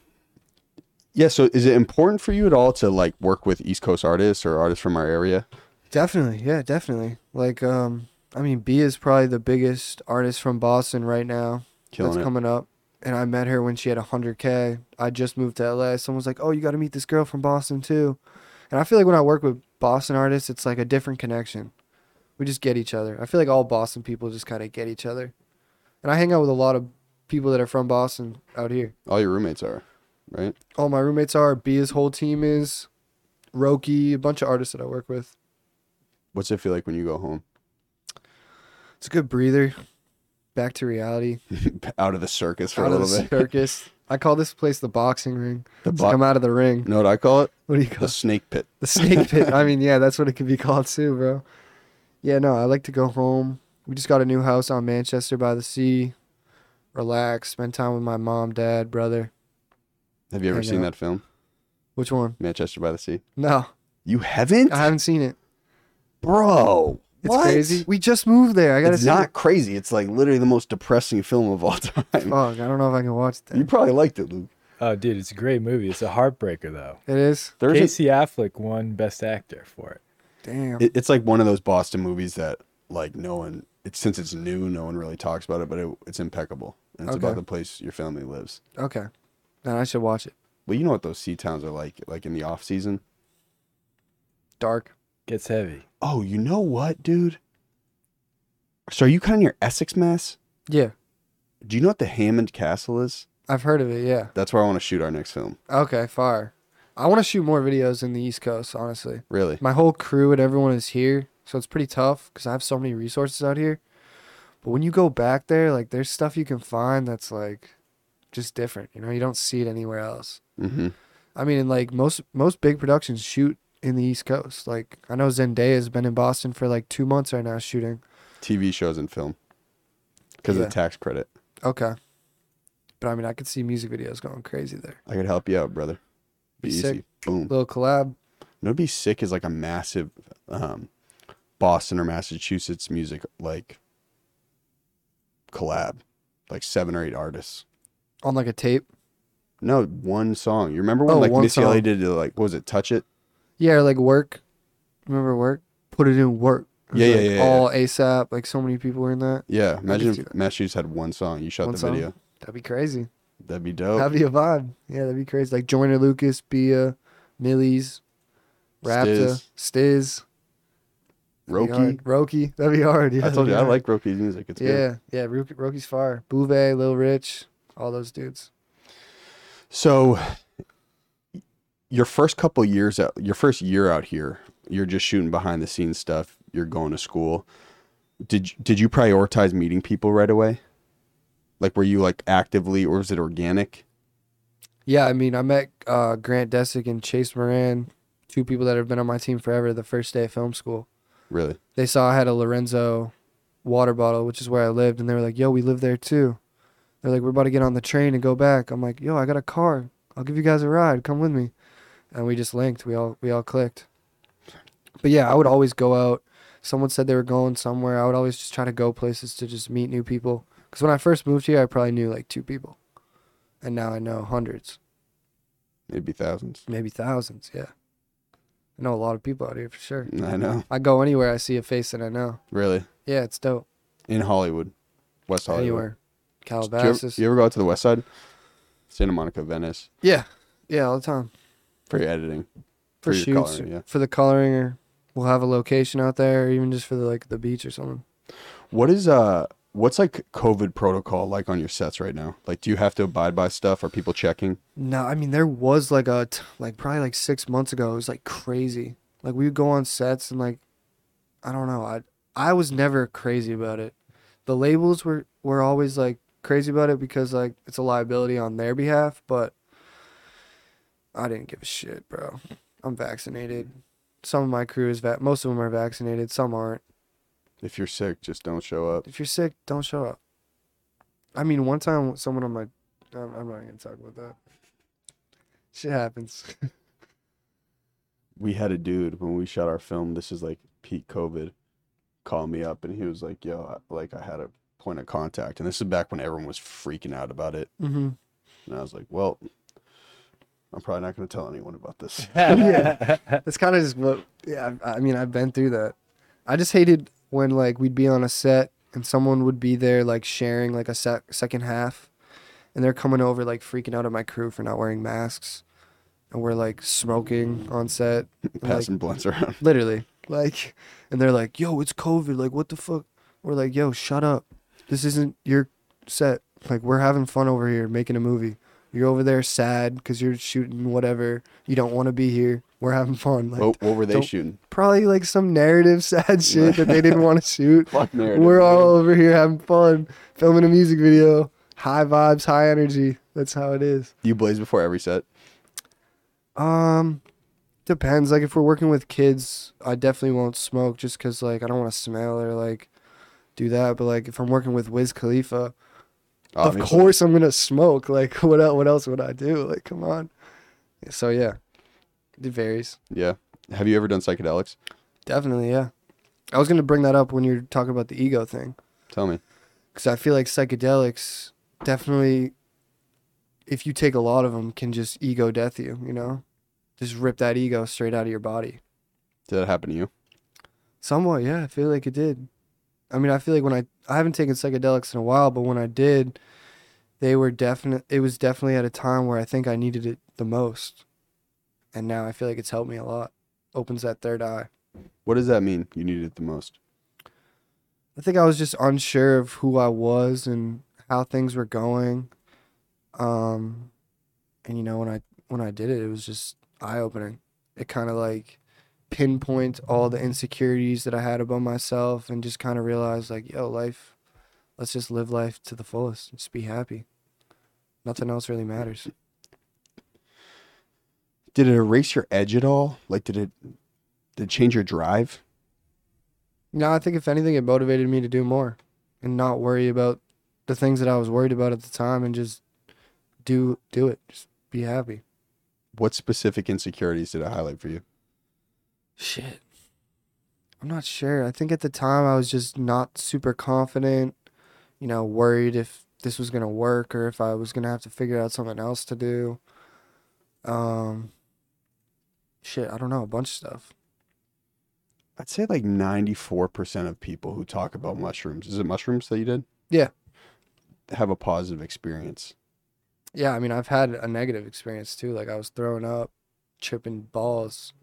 S2: yeah. So, is it important for you at all to like work with East Coast artists or artists from our area?
S5: Definitely, yeah, definitely. Like, um, I mean, B is probably the biggest artist from Boston right now
S2: Killing
S5: that's
S2: it.
S5: coming up. And I met her when she had 100K. I just moved to LA. Someone was like, oh, you got to meet this girl from Boston too. And I feel like when I work with Boston artists, it's like a different connection. We just get each other. I feel like all Boston people just kind of get each other. And I hang out with a lot of people that are from Boston out here.
S2: All your roommates are, right?
S5: All my roommates are. B's whole team is. Roki, a bunch of artists that I work with.
S2: What's it feel like when you go home,
S5: It's a good breather. Back to reality.
S2: out of the circus for
S5: out
S2: a
S5: of
S2: little
S5: the
S2: bit?
S5: circus. I call this place the boxing ring.
S2: The
S5: Just
S2: bo-
S5: come out of the ring.
S2: You know what I call it?
S5: What do you
S2: The
S5: call
S2: snake pit.
S5: the snake pit? I mean, yeah, that's what it could be called too, bro. Yeah, no, I like to go home. We just got a new house on Manchester by the sea. Relax, spend time with my mom, dad, brother.
S2: Have you ever
S5: Hang
S2: seen
S5: out.
S2: that film,
S5: Which one?
S2: Manchester by the Sea?
S5: No,
S2: You haven't,
S5: I haven't seen it.
S2: bro.
S5: It's
S2: what?
S5: crazy. We just moved there. I gotta
S2: It's
S5: see.
S2: not
S5: it.
S2: crazy. It's like literally the most depressing film of all time.
S5: Fuck, I don't know if I can watch that.
S2: you probably liked it, Luke.
S4: Oh, dude, it's a great movie. It's a heartbreaker, though.
S5: It is.
S2: There's a-
S4: Casey Affleck won Best Actor for it.
S5: Damn.
S2: It, it's like one of those Boston movies that like no one. It's since it's new, no one really talks about it, but it, it's impeccable. And it's about
S5: Okay.
S2: the place your family lives.
S5: okay. Then I should watch it.
S2: Well, you know what those sea towns are like, like in the off season.
S5: Dark.
S4: Gets heavy.
S2: Oh, you know what, dude? So are you kind of near Essex, Mass?
S5: Yeah,
S2: Do you know what the Hammond Castle is?
S5: I've heard of it. Yeah.
S2: That's where I want to shoot our next film.
S5: Okay, fire. I want to shoot more videos in the East Coast, honestly.
S2: Really?
S5: My whole crew and everyone is here, so it's pretty tough because I have so many resources out here. But when you go back there, like there's stuff you can find that's like just different. You know, you don't see it anywhere else.
S2: Mm-hmm.
S5: I mean, like most most big productions shoot in the East Coast. Like I know Zendaya has been in Boston for like two months right now shooting.
S2: TV shows and film because of
S5: Yeah.
S2: the tax credit.
S5: Okay, but I mean, I could see music videos going crazy there.
S2: I could help you out, brother. Be,
S5: Be
S2: easy.
S5: sick.
S2: Boom.
S5: Little collab.
S2: No, be sick is like a massive um, Boston or Massachusetts music like collab, like seven or eight artists.
S5: On like a tape,
S2: No, one song. You remember when
S5: Oh,
S2: like
S5: one
S2: Missy LA
S5: song.
S2: did uh, like what was it? Touch it.
S5: yeah, or, like work. Remember work? Put it in work. It was,
S2: Yeah, yeah,
S5: like,
S2: yeah, yeah.
S5: All ASAP. Like so many people were in that.
S2: Yeah, imagine
S5: see that.
S2: if Massachusetts had one song. You shot
S5: One
S2: the
S5: song?
S2: video. Oh.
S5: That'd be crazy.
S2: That'd be dope.
S5: That'd be a vibe. Yeah, that'd be crazy. Like Joyner Lucas, Bia, Millie's, Raptor, Stiz, That'd be
S2: Roki.
S5: hard. Roki. That'd be hard. Yeah,
S2: I told
S5: that'd
S2: you
S5: be
S2: I
S5: hard.
S2: like Roki's music. It's good.
S5: Yeah, yeah. Roki, Roki's fire. Bouvet, Lil Rich, all those dudes.
S2: So, your first couple years out, your first year out here, you're just shooting behind the scenes stuff. You're going to school. Did did you prioritize meeting people right away? Like, were you like actively, or was it organic?
S5: Yeah, I mean, I met uh, Grant Desick and Chase Moran, two people that have been on my team forever. The first day of film school.
S2: Really?
S5: they saw I had a Lorenzo water bottle, which is where I lived, and they were like, "Yo, we live there too." They're like, "We're about to get on the train and go back." I'm like, "Yo, I got a car. I'll give you guys a ride. Come with me." And we just linked. We all we all clicked. But yeah, I would always go out. Someone said they were going somewhere. I would always just try to go places to just meet new people. Because when I first moved here, I probably knew like two people, and now I know hundreds,
S2: Maybe thousands.
S5: maybe thousands. Yeah, I know a lot of people out here for sure.
S2: I know.
S5: I go anywhere, I see a face that I know.
S2: Really?
S5: Yeah, it's dope.
S2: In Hollywood, West Hollywood.
S5: anywhere.
S2: Do you, ever,
S5: Calabasas.
S2: you ever go out to the West Side? Santa Monica, Venice
S5: yeah, yeah, all the time
S2: for your editing. For
S5: for,
S2: your
S5: shoots,
S2: coloring, yeah.
S5: for the coloring, or we'll have a location out there, or even just for the like the beach or something.
S2: What is uh what's like COVID protocol like on your sets right now? Like, do you have to abide by stuff? Are people checking?
S5: No, I mean there was like a t- like probably like six months ago. It was like crazy. Like we would go on sets and like I don't know. I I was never crazy about it. The labels were were always like crazy about it because like it's a liability on their behalf. But I didn't give a shit, bro. I'm vaccinated. Some of my crew is vac. Most of them are vaccinated. Some aren't.
S2: If you're sick, just don't show up.
S5: If you're sick, don't show up. I mean, one time someone on my I'm, I'm not gonna talk about that. Shit happens.
S2: we had a dude when we shot our film. This is like peak COVID. Called me up and he was like, "Yo, I- like I had a point of contact." And this is back when everyone was freaking out about it.
S5: Mm-hmm.
S2: And I was like, "Well, I'm probably not going to tell anyone about this."
S5: That's kind of just what. Yeah, I I mean, I've been through that. I just hated when like we'd be on a set and someone would be there like sharing like a sec- second half, and they're coming over like freaking out at my crew for not wearing masks, and we're like smoking on set, and, like,
S2: Passing blunts around.
S5: literally like, and they're like, "Yo, it's COVID. Like, what the fuck?" We're like, "Yo, shut up. This isn't your set. Like, we're having fun over here making a movie." You're over there sad because you're shooting whatever. You don't want to be here. We're having fun. Like,
S2: What, what were they
S5: don't-
S2: shooting?
S5: probably like some narrative sad shit that they didn't want to shoot.
S2: Fuck narrative,
S5: We're all
S2: dude.
S5: over here having fun, filming a music video. High vibes, high energy. That's how it is.
S2: You blaze before every set.
S5: Um, depends. Like if we're working with kids, I definitely won't smoke just because like I don't want to smell or like do that. But like if I'm working with Wiz Khalifa, of
S2: Obviously.
S5: course I'm gonna smoke. Like what else? What else would I do? Like come on. So yeah, it varies.
S2: Yeah. Have you ever done psychedelics?
S5: Definitely, yeah. I was gonna bring that up when you're talking about the ego thing.
S2: Tell me.
S5: because I feel like psychedelics definitely, if you take a lot of them, can just ego death you. You know, just rip that ego straight out of your body.
S2: Did that happen to you?
S5: Somewhat, yeah. I feel like it did. I mean, I feel like when I I haven't taken psychedelics in a while, but when I did, they were definite. It was definitely at a time where I think I needed it the most, and now I feel like it's helped me a lot. Opens that third eye.
S2: What does that mean? You needed it the most.
S5: I think I was just unsure of who I was and how things were going. Um and you know when I when I did it it was just eye opening. It kind of like pinpoint all the insecurities that I had about myself and just kind of realize like yo life let's just live life to the fullest. Just be happy. Nothing else really matters.
S2: Did it erase your edge at all? Like, did it? Did it change your drive?
S5: No, I think if anything it motivated me to do more and not worry about the things that I was worried about at the time and just do do it. Just be happy.
S2: What specific insecurities did it highlight for you?
S5: Shit. I'm not sure. I think at the time I was just not super confident, you know, worried if this was going to work or if I was going to have to figure out something else to do. Um shit, I don't know, a bunch of stuff.
S2: I'd say like 94% of people who talk about mushrooms, is it mushrooms that you did?
S5: Yeah.
S2: Have a positive experience.
S5: Yeah, I mean, I've had a negative experience too. Like I was throwing up, tripping balls,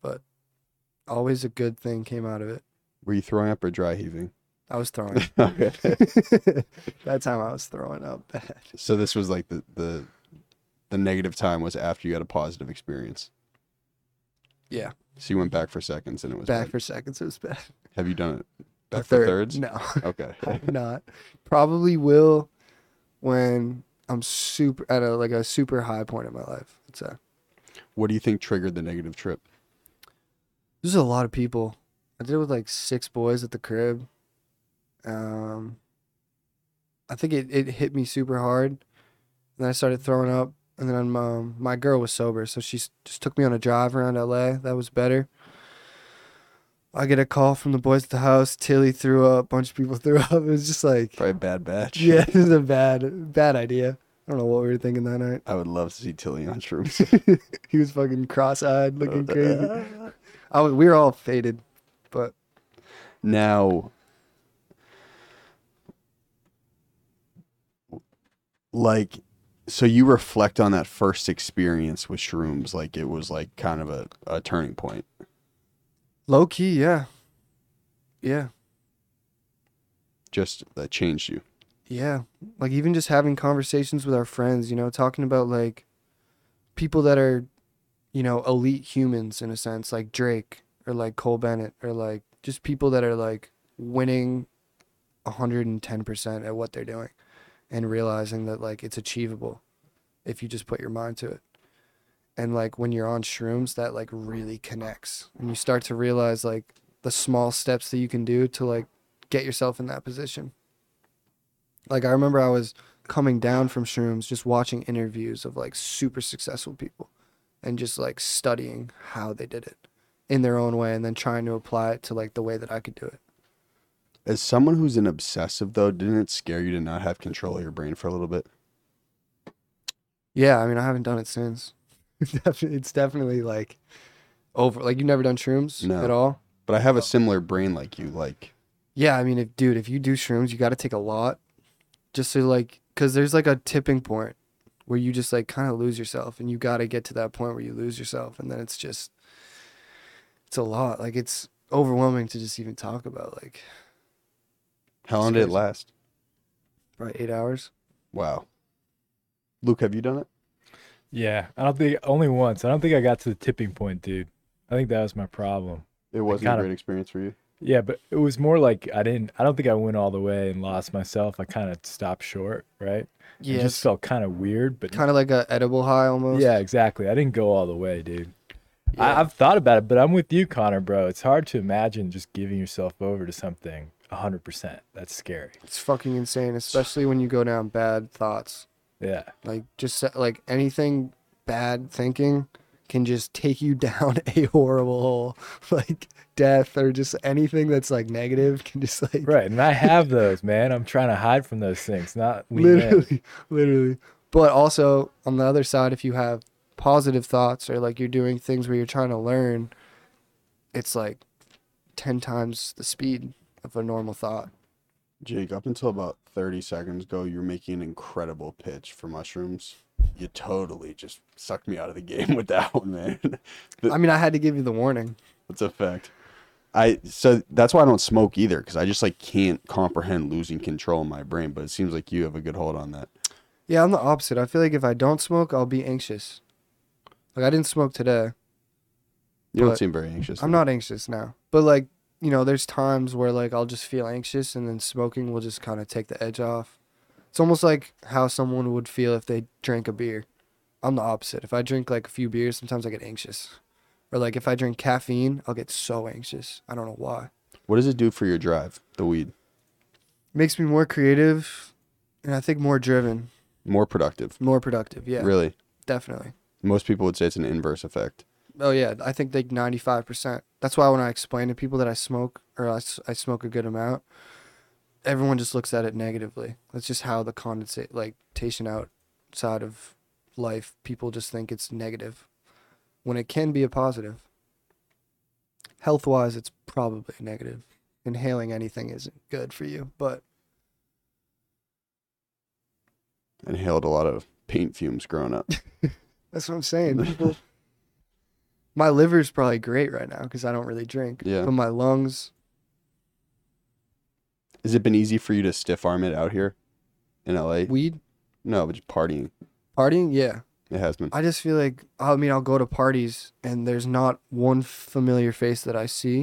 S5: but always a good thing came out of it.
S2: Were you throwing up or dry heaving?
S5: I was throwing. up.
S2: Okay.
S5: that time I was throwing up bad.
S2: so this was like the, the the negative time was after you had a positive experience.
S5: Yeah,
S2: So you went back for seconds and it was
S5: back
S2: bad.
S5: for seconds. It was bad.
S2: Have you done it
S5: A
S2: back for
S5: third-
S2: thirds?
S5: No.
S2: Okay.
S5: I'm not. Probably will when I'm super at a like a super high point in my life. It's uh, a,
S2: what do you think triggered the negative trip?
S5: there's a lot of people. I did it with like six boys at the crib. Um, I think it, it hit me super hard. And then I started throwing up. And then um, my girl was sober, so she s- just took me on a drive around LA. That was better. I get a call from the boys at the house. Tilly threw up. A bunch of people threw up. It was just like
S2: Probably a bad batch.
S5: Yeah, this is a bad, bad idea. I don't know what we were thinking that night.
S2: I would love to see Tilly on shrooms.
S5: He was fucking cross-eyed, looking crazy. I was, we were all faded, but
S2: Now, like, so you reflect on that first experience with shrooms, like it was like kind of a, a turning point.
S5: low key, yeah, yeah.
S2: just that changed you?
S5: Yeah. Like even just having conversations with our friends, you know, talking about like people that are, you know, elite humans in a sense, like Drake or like Cole Bennett or like just people that are like winning 110% at what they're doing and realizing that like it's achievable if you just put your mind to it. And like when you're on shrooms, that like really connects. And you start to realize like the small steps that you can do to like get yourself in that position like I remember I was coming down from shrooms just watching interviews of like super successful people and just like studying how they did it in their own way and then trying to apply it to like the way that I could do it.
S2: As someone who's an obsessive though, didn't it scare you to not have control of your brain for a little bit?
S5: Yeah, I mean I haven't done it since. It's defi- it's definitely like over like you've never done shrooms
S2: No.
S5: at all?
S2: But I have a similar brain like you. Like
S5: Yeah, I mean, if dude, if you do shrooms, you got to take a lot, just so like, cause there's like a tipping point where you just like kind of lose yourself, and you got to get to that point where you lose yourself, and then it's just, it's a lot. Like it's overwhelming to just even talk about. Like
S2: how long did it
S5: Scares me.
S2: last?
S5: probably eight hours.
S2: Wow. Luke, have you done it?
S4: Yeah, I don't think only once. I don't think I got to the tipping point, dude. I think that was my problem.
S2: It wasn't a
S4: kinda-
S2: great experience for you.
S4: Yeah, but it was more like I didn't. I don't think I went all the way and lost myself. I kind of stopped short, right?
S5: Yeah,
S4: it just felt kind of weird, but
S5: kind of like a edible high almost.
S4: yeah, exactly. I didn't go all the way, dude.
S5: Yeah.
S4: I, I've thought about it, but I'm with you, Connor, bro. It's hard to imagine just giving yourself over to something 100%. That's scary.
S5: it's fucking insane, especially when you go down bad thoughts.
S4: Yeah.
S5: Like just se- like anything bad thinking can just take you down a horrible hole. Like death or just anything that's like negative can just like
S4: Right. And I have those, man. I'm trying to hide from those things, not lean in.
S5: literally literally. But also on the other side if you have positive thoughts or like you're doing things where you're trying to learn, it's like 10 times the speed of a normal thought.
S2: Jake, up until about 30 seconds ago, you were making an incredible pitch for mushrooms. You totally just sucked me out of the game with that one, man.
S5: I mean, I had to give you the warning.
S2: That's a fact. I so that's why I don't smoke either because I just like can't comprehend losing control in my brain. But it seems like you have a good hold on that.
S5: Yeah, I'm the opposite. I feel like if I don't smoke, I'll be anxious. Like I didn't smoke today.
S2: You don't
S5: But
S2: seem very anxious.
S5: I'm
S2: though.
S5: not anxious now, but like you know, there's times where like I'll just feel anxious, and then smoking will just kind of take the edge off. It's almost like how someone would feel if they drank a beer. I'm the opposite. If I drink like a few beers, sometimes I get anxious, or like if I drink caffeine, I'll get so anxious. I don't know why.
S2: What does it do for your drive? The weed
S5: makes me more creative, and I think more driven,
S2: more productive.
S5: more productive. Yeah,
S2: Really,
S5: definitely.
S2: most people would say it's an inverse effect.
S5: Oh yeah, I think like ninety five percent. That's why when I explain to people that I smoke or I, s- I smoke a good amount, everyone just looks at it negatively. That's just how the condensate like tation outside of life, people just think it's negative, when it can be a positive. Health wise, it's probably negative. Inhaling anything isn't good for you, but
S2: I Inhaled a lot of paint fumes growing up.
S5: that's what I'm saying. People, my liver's probably great right now because I don't really drink.
S2: Yeah.
S5: But my lungs,
S2: Has it been easy for you to stiff arm it out here in LA?
S5: weed,
S2: no, but just partying.
S5: partying, yeah.
S2: It has been.
S5: I just feel like I mean I'll go to parties and there's not one familiar face that I see,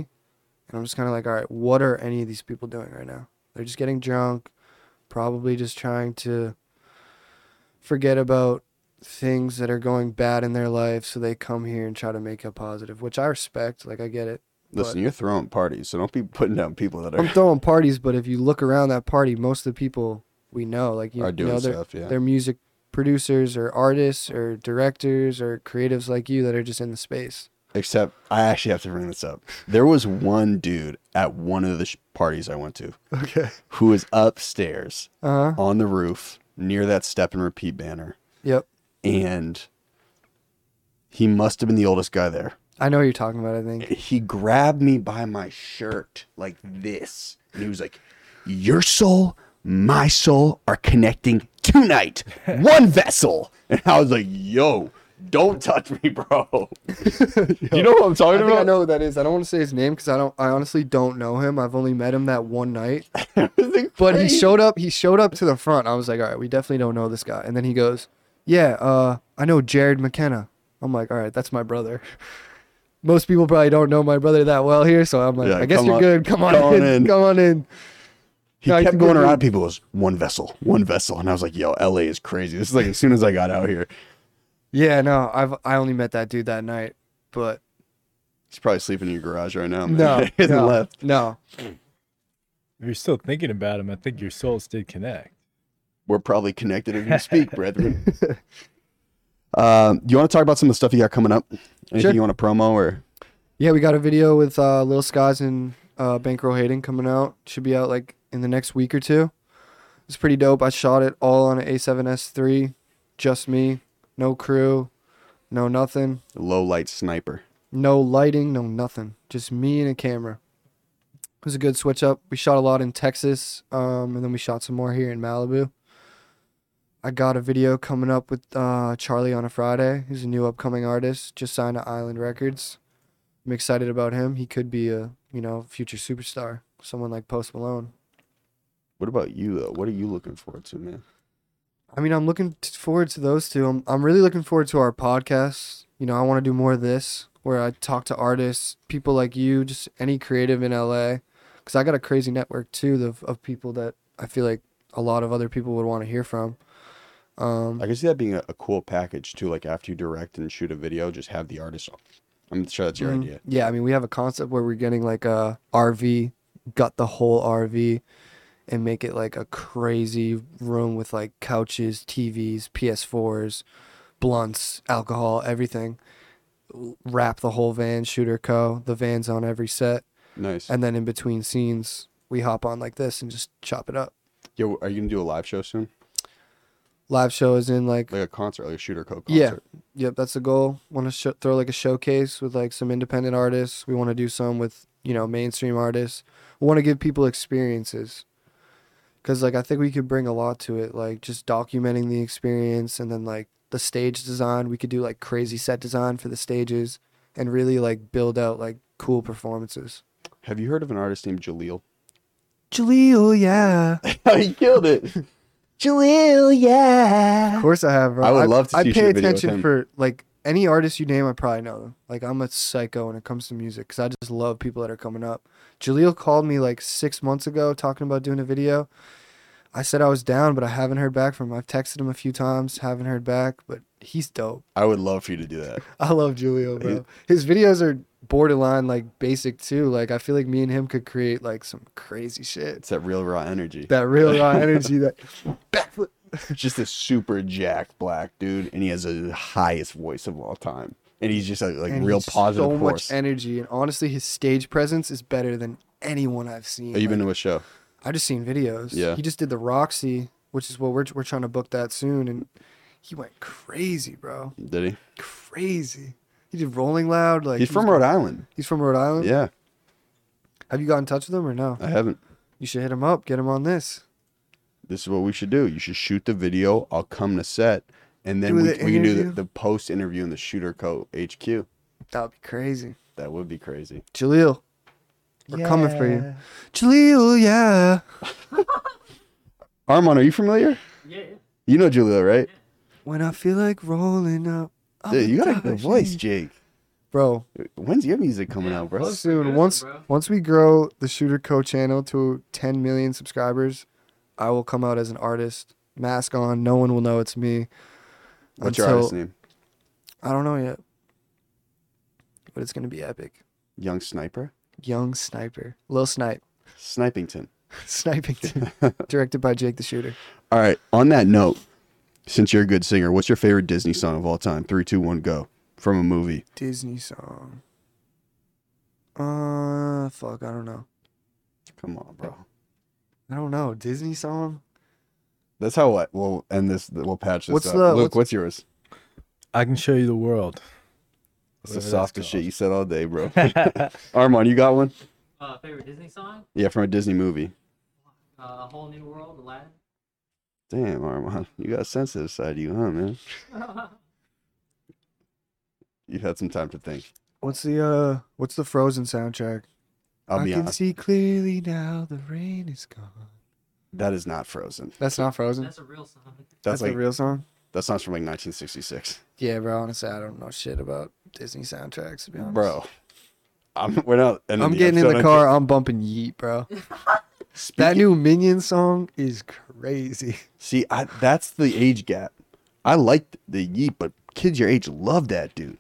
S5: and I'm just kind of like, all right, what are any of these people doing right now? They're just getting drunk, probably just trying to forget about things that are going bad in their life, so they come here and try to make a positive, which I respect. Like I get it.
S2: Listen, you're throwing parties, so don't be putting down people that
S5: I'm
S2: are,
S5: throwing parties, but if you look around that party, most of the people we know, like you,
S2: are
S5: you
S2: doing
S5: know, they're,
S2: stuff. Yeah.
S5: they're music producers or artists or directors or creatives like you that are just in the space.
S2: Except I actually have to bring this up. There was one dude at one of the sh- parties I went to
S5: Okay.
S2: who was upstairs
S5: Uh huh.
S2: on the roof near that step and repeat banner.
S5: Yep.
S2: And he must have been the oldest guy there.
S5: I know what you're talking about. I think.
S2: He grabbed me by my shirt like this. And he was like, Your soul, my soul are connecting tonight. One vessel. And I was like, Yo, Don't touch me, bro. you know what I'm talking
S5: I think I
S2: about?
S5: know who that is. I don't want to say his name because I don't. I honestly don't know him. I've only met him that one night. But he showed up. He showed up to the front. I was like, all right, we definitely don't know this guy. And then he goes, yeah, uh, I know Jared McKenna. I'm like, all right, that's my brother. Most people probably don't know my brother that well here, so I'm like,
S2: Yeah,
S5: I guess
S2: come
S5: you're
S2: on-
S5: good. Come on,
S2: come on
S5: in.
S2: in."
S5: Come on in.
S2: He
S5: No, I
S2: kept
S5: think we're
S2: going around
S5: good.
S2: people as one vessel, one vessel. And I was like, yo, LA is crazy. This is like as soon as I got out here.
S5: Yeah, no, I've I only met that dude that night, but
S2: He's probably sleeping in your garage right now. Man.
S5: no,
S2: he hasn't
S5: no,
S2: left.
S5: no.
S4: If you're still thinking about him, I think your souls did connect.
S2: We're probably connected if you speak, brethren. um, you want to talk about some of the stuff you got coming up? Anything
S5: Sure.
S2: you want to promo or?
S5: Yeah, we got a video with uh, Lil Skies and uh, Bankroll Hayden coming out. Should be out like in the next week or two. It's pretty dope. I shot it all on an A7S3, just me, no crew, no nothing,
S2: Low light sniper.
S5: no lighting, no nothing, just me and a camera. It was a good switch up. We shot a lot in Texas, um, and then we shot some more here in Malibu. I got a video coming up with uh, Charlie on a Friday. He's a new upcoming artist, just signed to Island Records. I'm excited about him. He could be a you know future superstar, someone like Post Malone.
S2: What about you though? What are you looking forward to, man?
S5: I mean, I'm looking t- forward to those two. I'm I'm really looking forward to our podcast. You know, I want to do more of this where I talk to artists, people like you, just any creative in LA, because I got a crazy network too of of people that I feel like a lot of other people would want to hear from. Um,
S2: I can see that being a, a cool package too. Like after you direct and shoot a video, just have the artist. I'm sure that's your
S5: Mm.
S2: idea.
S5: Yeah, I mean, we have a concept where we're getting like a RV, gut the whole RV, and make it like a crazy room with like couches, TVs, PS4s, blunts, alcohol, everything. Wrap the whole van, shooter co. The van's on every set,
S2: Nice.
S5: and then in between scenes, we hop on like this and just chop it up.
S2: Yo, are you gonna do a live show soon?
S5: Live show is in like
S2: Like a concert, like a shooter co concert.
S5: Yeah. Yep, that's the goal. Want to sh- throw like a showcase with like some independent artists. We want to do some with you know mainstream artists. We want to give people experiences, because like I think we could bring a lot to it. Like just documenting the experience, and then like the stage design. We could do like crazy set design for the stages, and really like build out like cool performances.
S2: Have you heard of an artist named Jaleel?
S5: Jaleel, yeah.
S2: he killed it. Jaleel,
S5: Of
S2: yeah.
S5: course I have, bro.
S2: I would love to
S5: I
S2: see you
S5: pay
S2: shoot a video with
S5: attention
S2: him.
S5: for like any artist you name. I probably know them. Like I'm a psycho when it comes to music because I just love people that are coming up. Jaleel called me like six months ago talking about doing a video. I said I was down, but I haven't heard back from him. I've texted him a few times, haven't heard back, but he's dope.
S2: I would love for you to do that.
S5: I love Julio, bro. His videos are borderline like basic too. Like I feel like me and him could create like some crazy shit.
S2: It's that real raw energy.
S5: That real raw energy that backflip.
S2: just a super jacked black dude, and he has the highest voice of all time. And he's just like, like
S5: And
S2: real
S5: he's
S2: positive
S5: So
S2: force.
S5: much energy, and honestly, his stage presence is better than anyone I've seen.
S2: Have you Oh, been
S5: Like,
S2: to a show?
S5: I just seen videos.
S2: Yeah.
S5: He just did the Roxy, which is what we're we're trying to book that soon, and he went crazy, bro,
S2: Did he?
S5: crazy. He did Rolling Loud. Like
S2: he's
S5: he
S2: from
S5: was-
S2: Rhode Island.
S5: He's from Rhode Island.
S2: Yeah, Uh,
S5: Have you got in touch with him or no?
S2: I haven't.
S5: You should hit him up. Get him on this.
S2: This is what we should do. You should shoot the video. I'll come to set, and then
S5: Do
S2: we,
S5: the
S2: we can do the,
S5: interview?
S2: the post interview in the shooter co HQ.
S5: That would be crazy.
S2: That would be crazy.
S5: Jaleel, we're coming for you. Jaleel, yeah.
S2: Armon, are you familiar?
S3: Yeah, yeah.
S2: You know Julio, right?
S5: When I feel like rolling up. I'm
S2: Dude, you got a
S5: tired.
S2: good voice, Jake.
S5: bro.
S2: When's your music coming out, bro?
S3: Close.
S5: soon.
S3: Good,
S5: once
S3: bro.
S5: once we grow the Shooter Co channel to 10 million subscribers, I will come out as an artist, mask on. No one will know it's me.
S2: What's your
S5: until-
S2: artist name?
S5: I don't know yet, but it's gonna be epic.
S2: Young Sniper?
S5: Young Sniper, Lil Snipe,
S2: Snipington.
S5: Sniping, directed by Jake the Shooter.
S2: All right. On that note, since you're a good singer, what's your favorite Disney song of all time? Three, two, one, go. From a movie.
S5: Disney song. Uh, fuck, I don't know.
S2: Come on, bro.
S5: I don't know Disney song.
S2: That's how I, we'll end this. We'll patch this
S5: What's
S2: up.
S5: the-
S2: Luke,
S5: what's-
S2: what's, yours?
S4: I can show you the world.
S2: It's the
S4: Whatever that's
S2: softest shit
S4: called.
S2: you said all day, bro. Armand, you got one?
S3: Uh, favorite Disney song?
S2: Yeah, from a Disney movie.
S3: Uh, a whole new world, Aladdin.
S2: Damn, Armand. You got a sensitive side to you, huh, man? You've had some time to think.
S5: What's the uh? What's the Frozen soundtrack?
S2: I'll
S5: I
S2: be
S5: can
S2: honest.
S5: see clearly now. The rain is gone.
S2: That is not Frozen.
S5: That's not
S6: Mm-hmm.
S5: Frozen. That's,
S3: That's a real song.
S2: That's,
S5: the
S2: like
S5: real song.
S2: that sounds from like 1966.
S5: Yeah, bro. Honestly, I don't know shit about Disney soundtracks. To be honest,
S2: Bro, I'm we're not. ending
S5: I'm getting in
S2: episode
S5: the
S2: on-
S5: car. I'm bumping Yeet, bro. that new Minion song is crazy.
S2: See, I, that's the age gap. I liked the Yeet, but kids your age love that dude.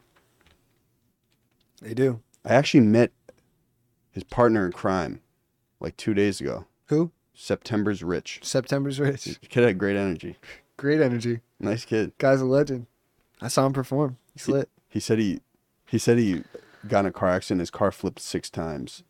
S5: They do.
S2: I actually met his partner in crime like two days ago.
S5: Who?
S2: September's Rich.
S5: September's Rich.
S2: The kid had great energy.
S5: Great energy.
S2: Nice kid.
S5: Guy's a legend. I saw him perform. He's
S2: He-
S5: lit.
S2: He said he he said he got in a car accident. His car flipped six times,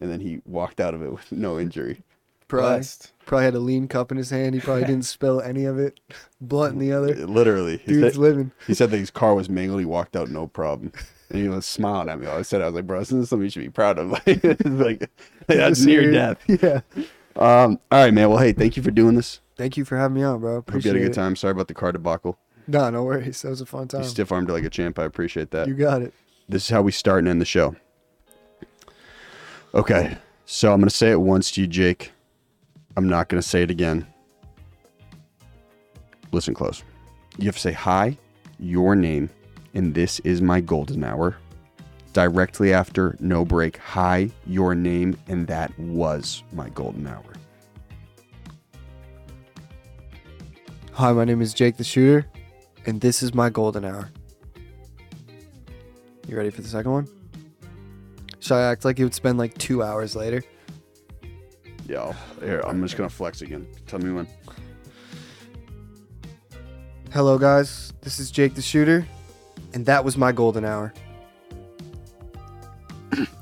S2: and then he walked out of it with no injury.
S5: Probably, probably had a lean cup in his hand. He probably didn't spill any of it. Blunt in the other.
S2: Literally, he
S5: Dude's
S2: said,
S5: living.
S2: he said that his car was mangled. He walked out no problem. And he was smiling at me. I said, I was like, bro, this is something you should be proud of. Like, like, like, that's near death.
S5: Yeah.
S2: Um, all right, man. Well, hey, thank you for doing this.
S5: Thank you for having me on, bro.
S2: Hope you
S5: Appreciate
S2: had a good
S5: it. Um,
S2: time. Sorry about the car debacle.
S5: No, no worries. That was a fun time.
S2: You stiff armed like a champ. I appreciate that.
S5: you got it.
S2: this is how we start and end the show. Okay, so I'm gonna say it once to you, Jake. I'm not gonna say it again. Listen close. You have to say hi, your name, and this is my golden hour. Directly after no break, hi, your name, and that was my golden hour.
S5: Hi, my name is Jake the Shooter, and this is my golden hour. You ready for the second one? Should I act like it would spend like two hours later?
S2: Yo, here, I'm just gonna flex again. Tell me when.
S5: Hello, guys. This is Jake the Shooter, and that was my golden hour.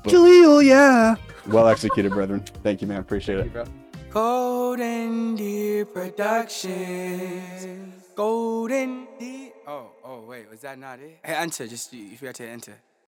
S5: Jaleel, yeah.
S2: Well executed, brethren. Thank you, man. Appreciate it.
S1: Golden Deer Productions. Golden Deer. Oh, oh, wait, was that not it? Hey, enter, just you, you forgot to enter.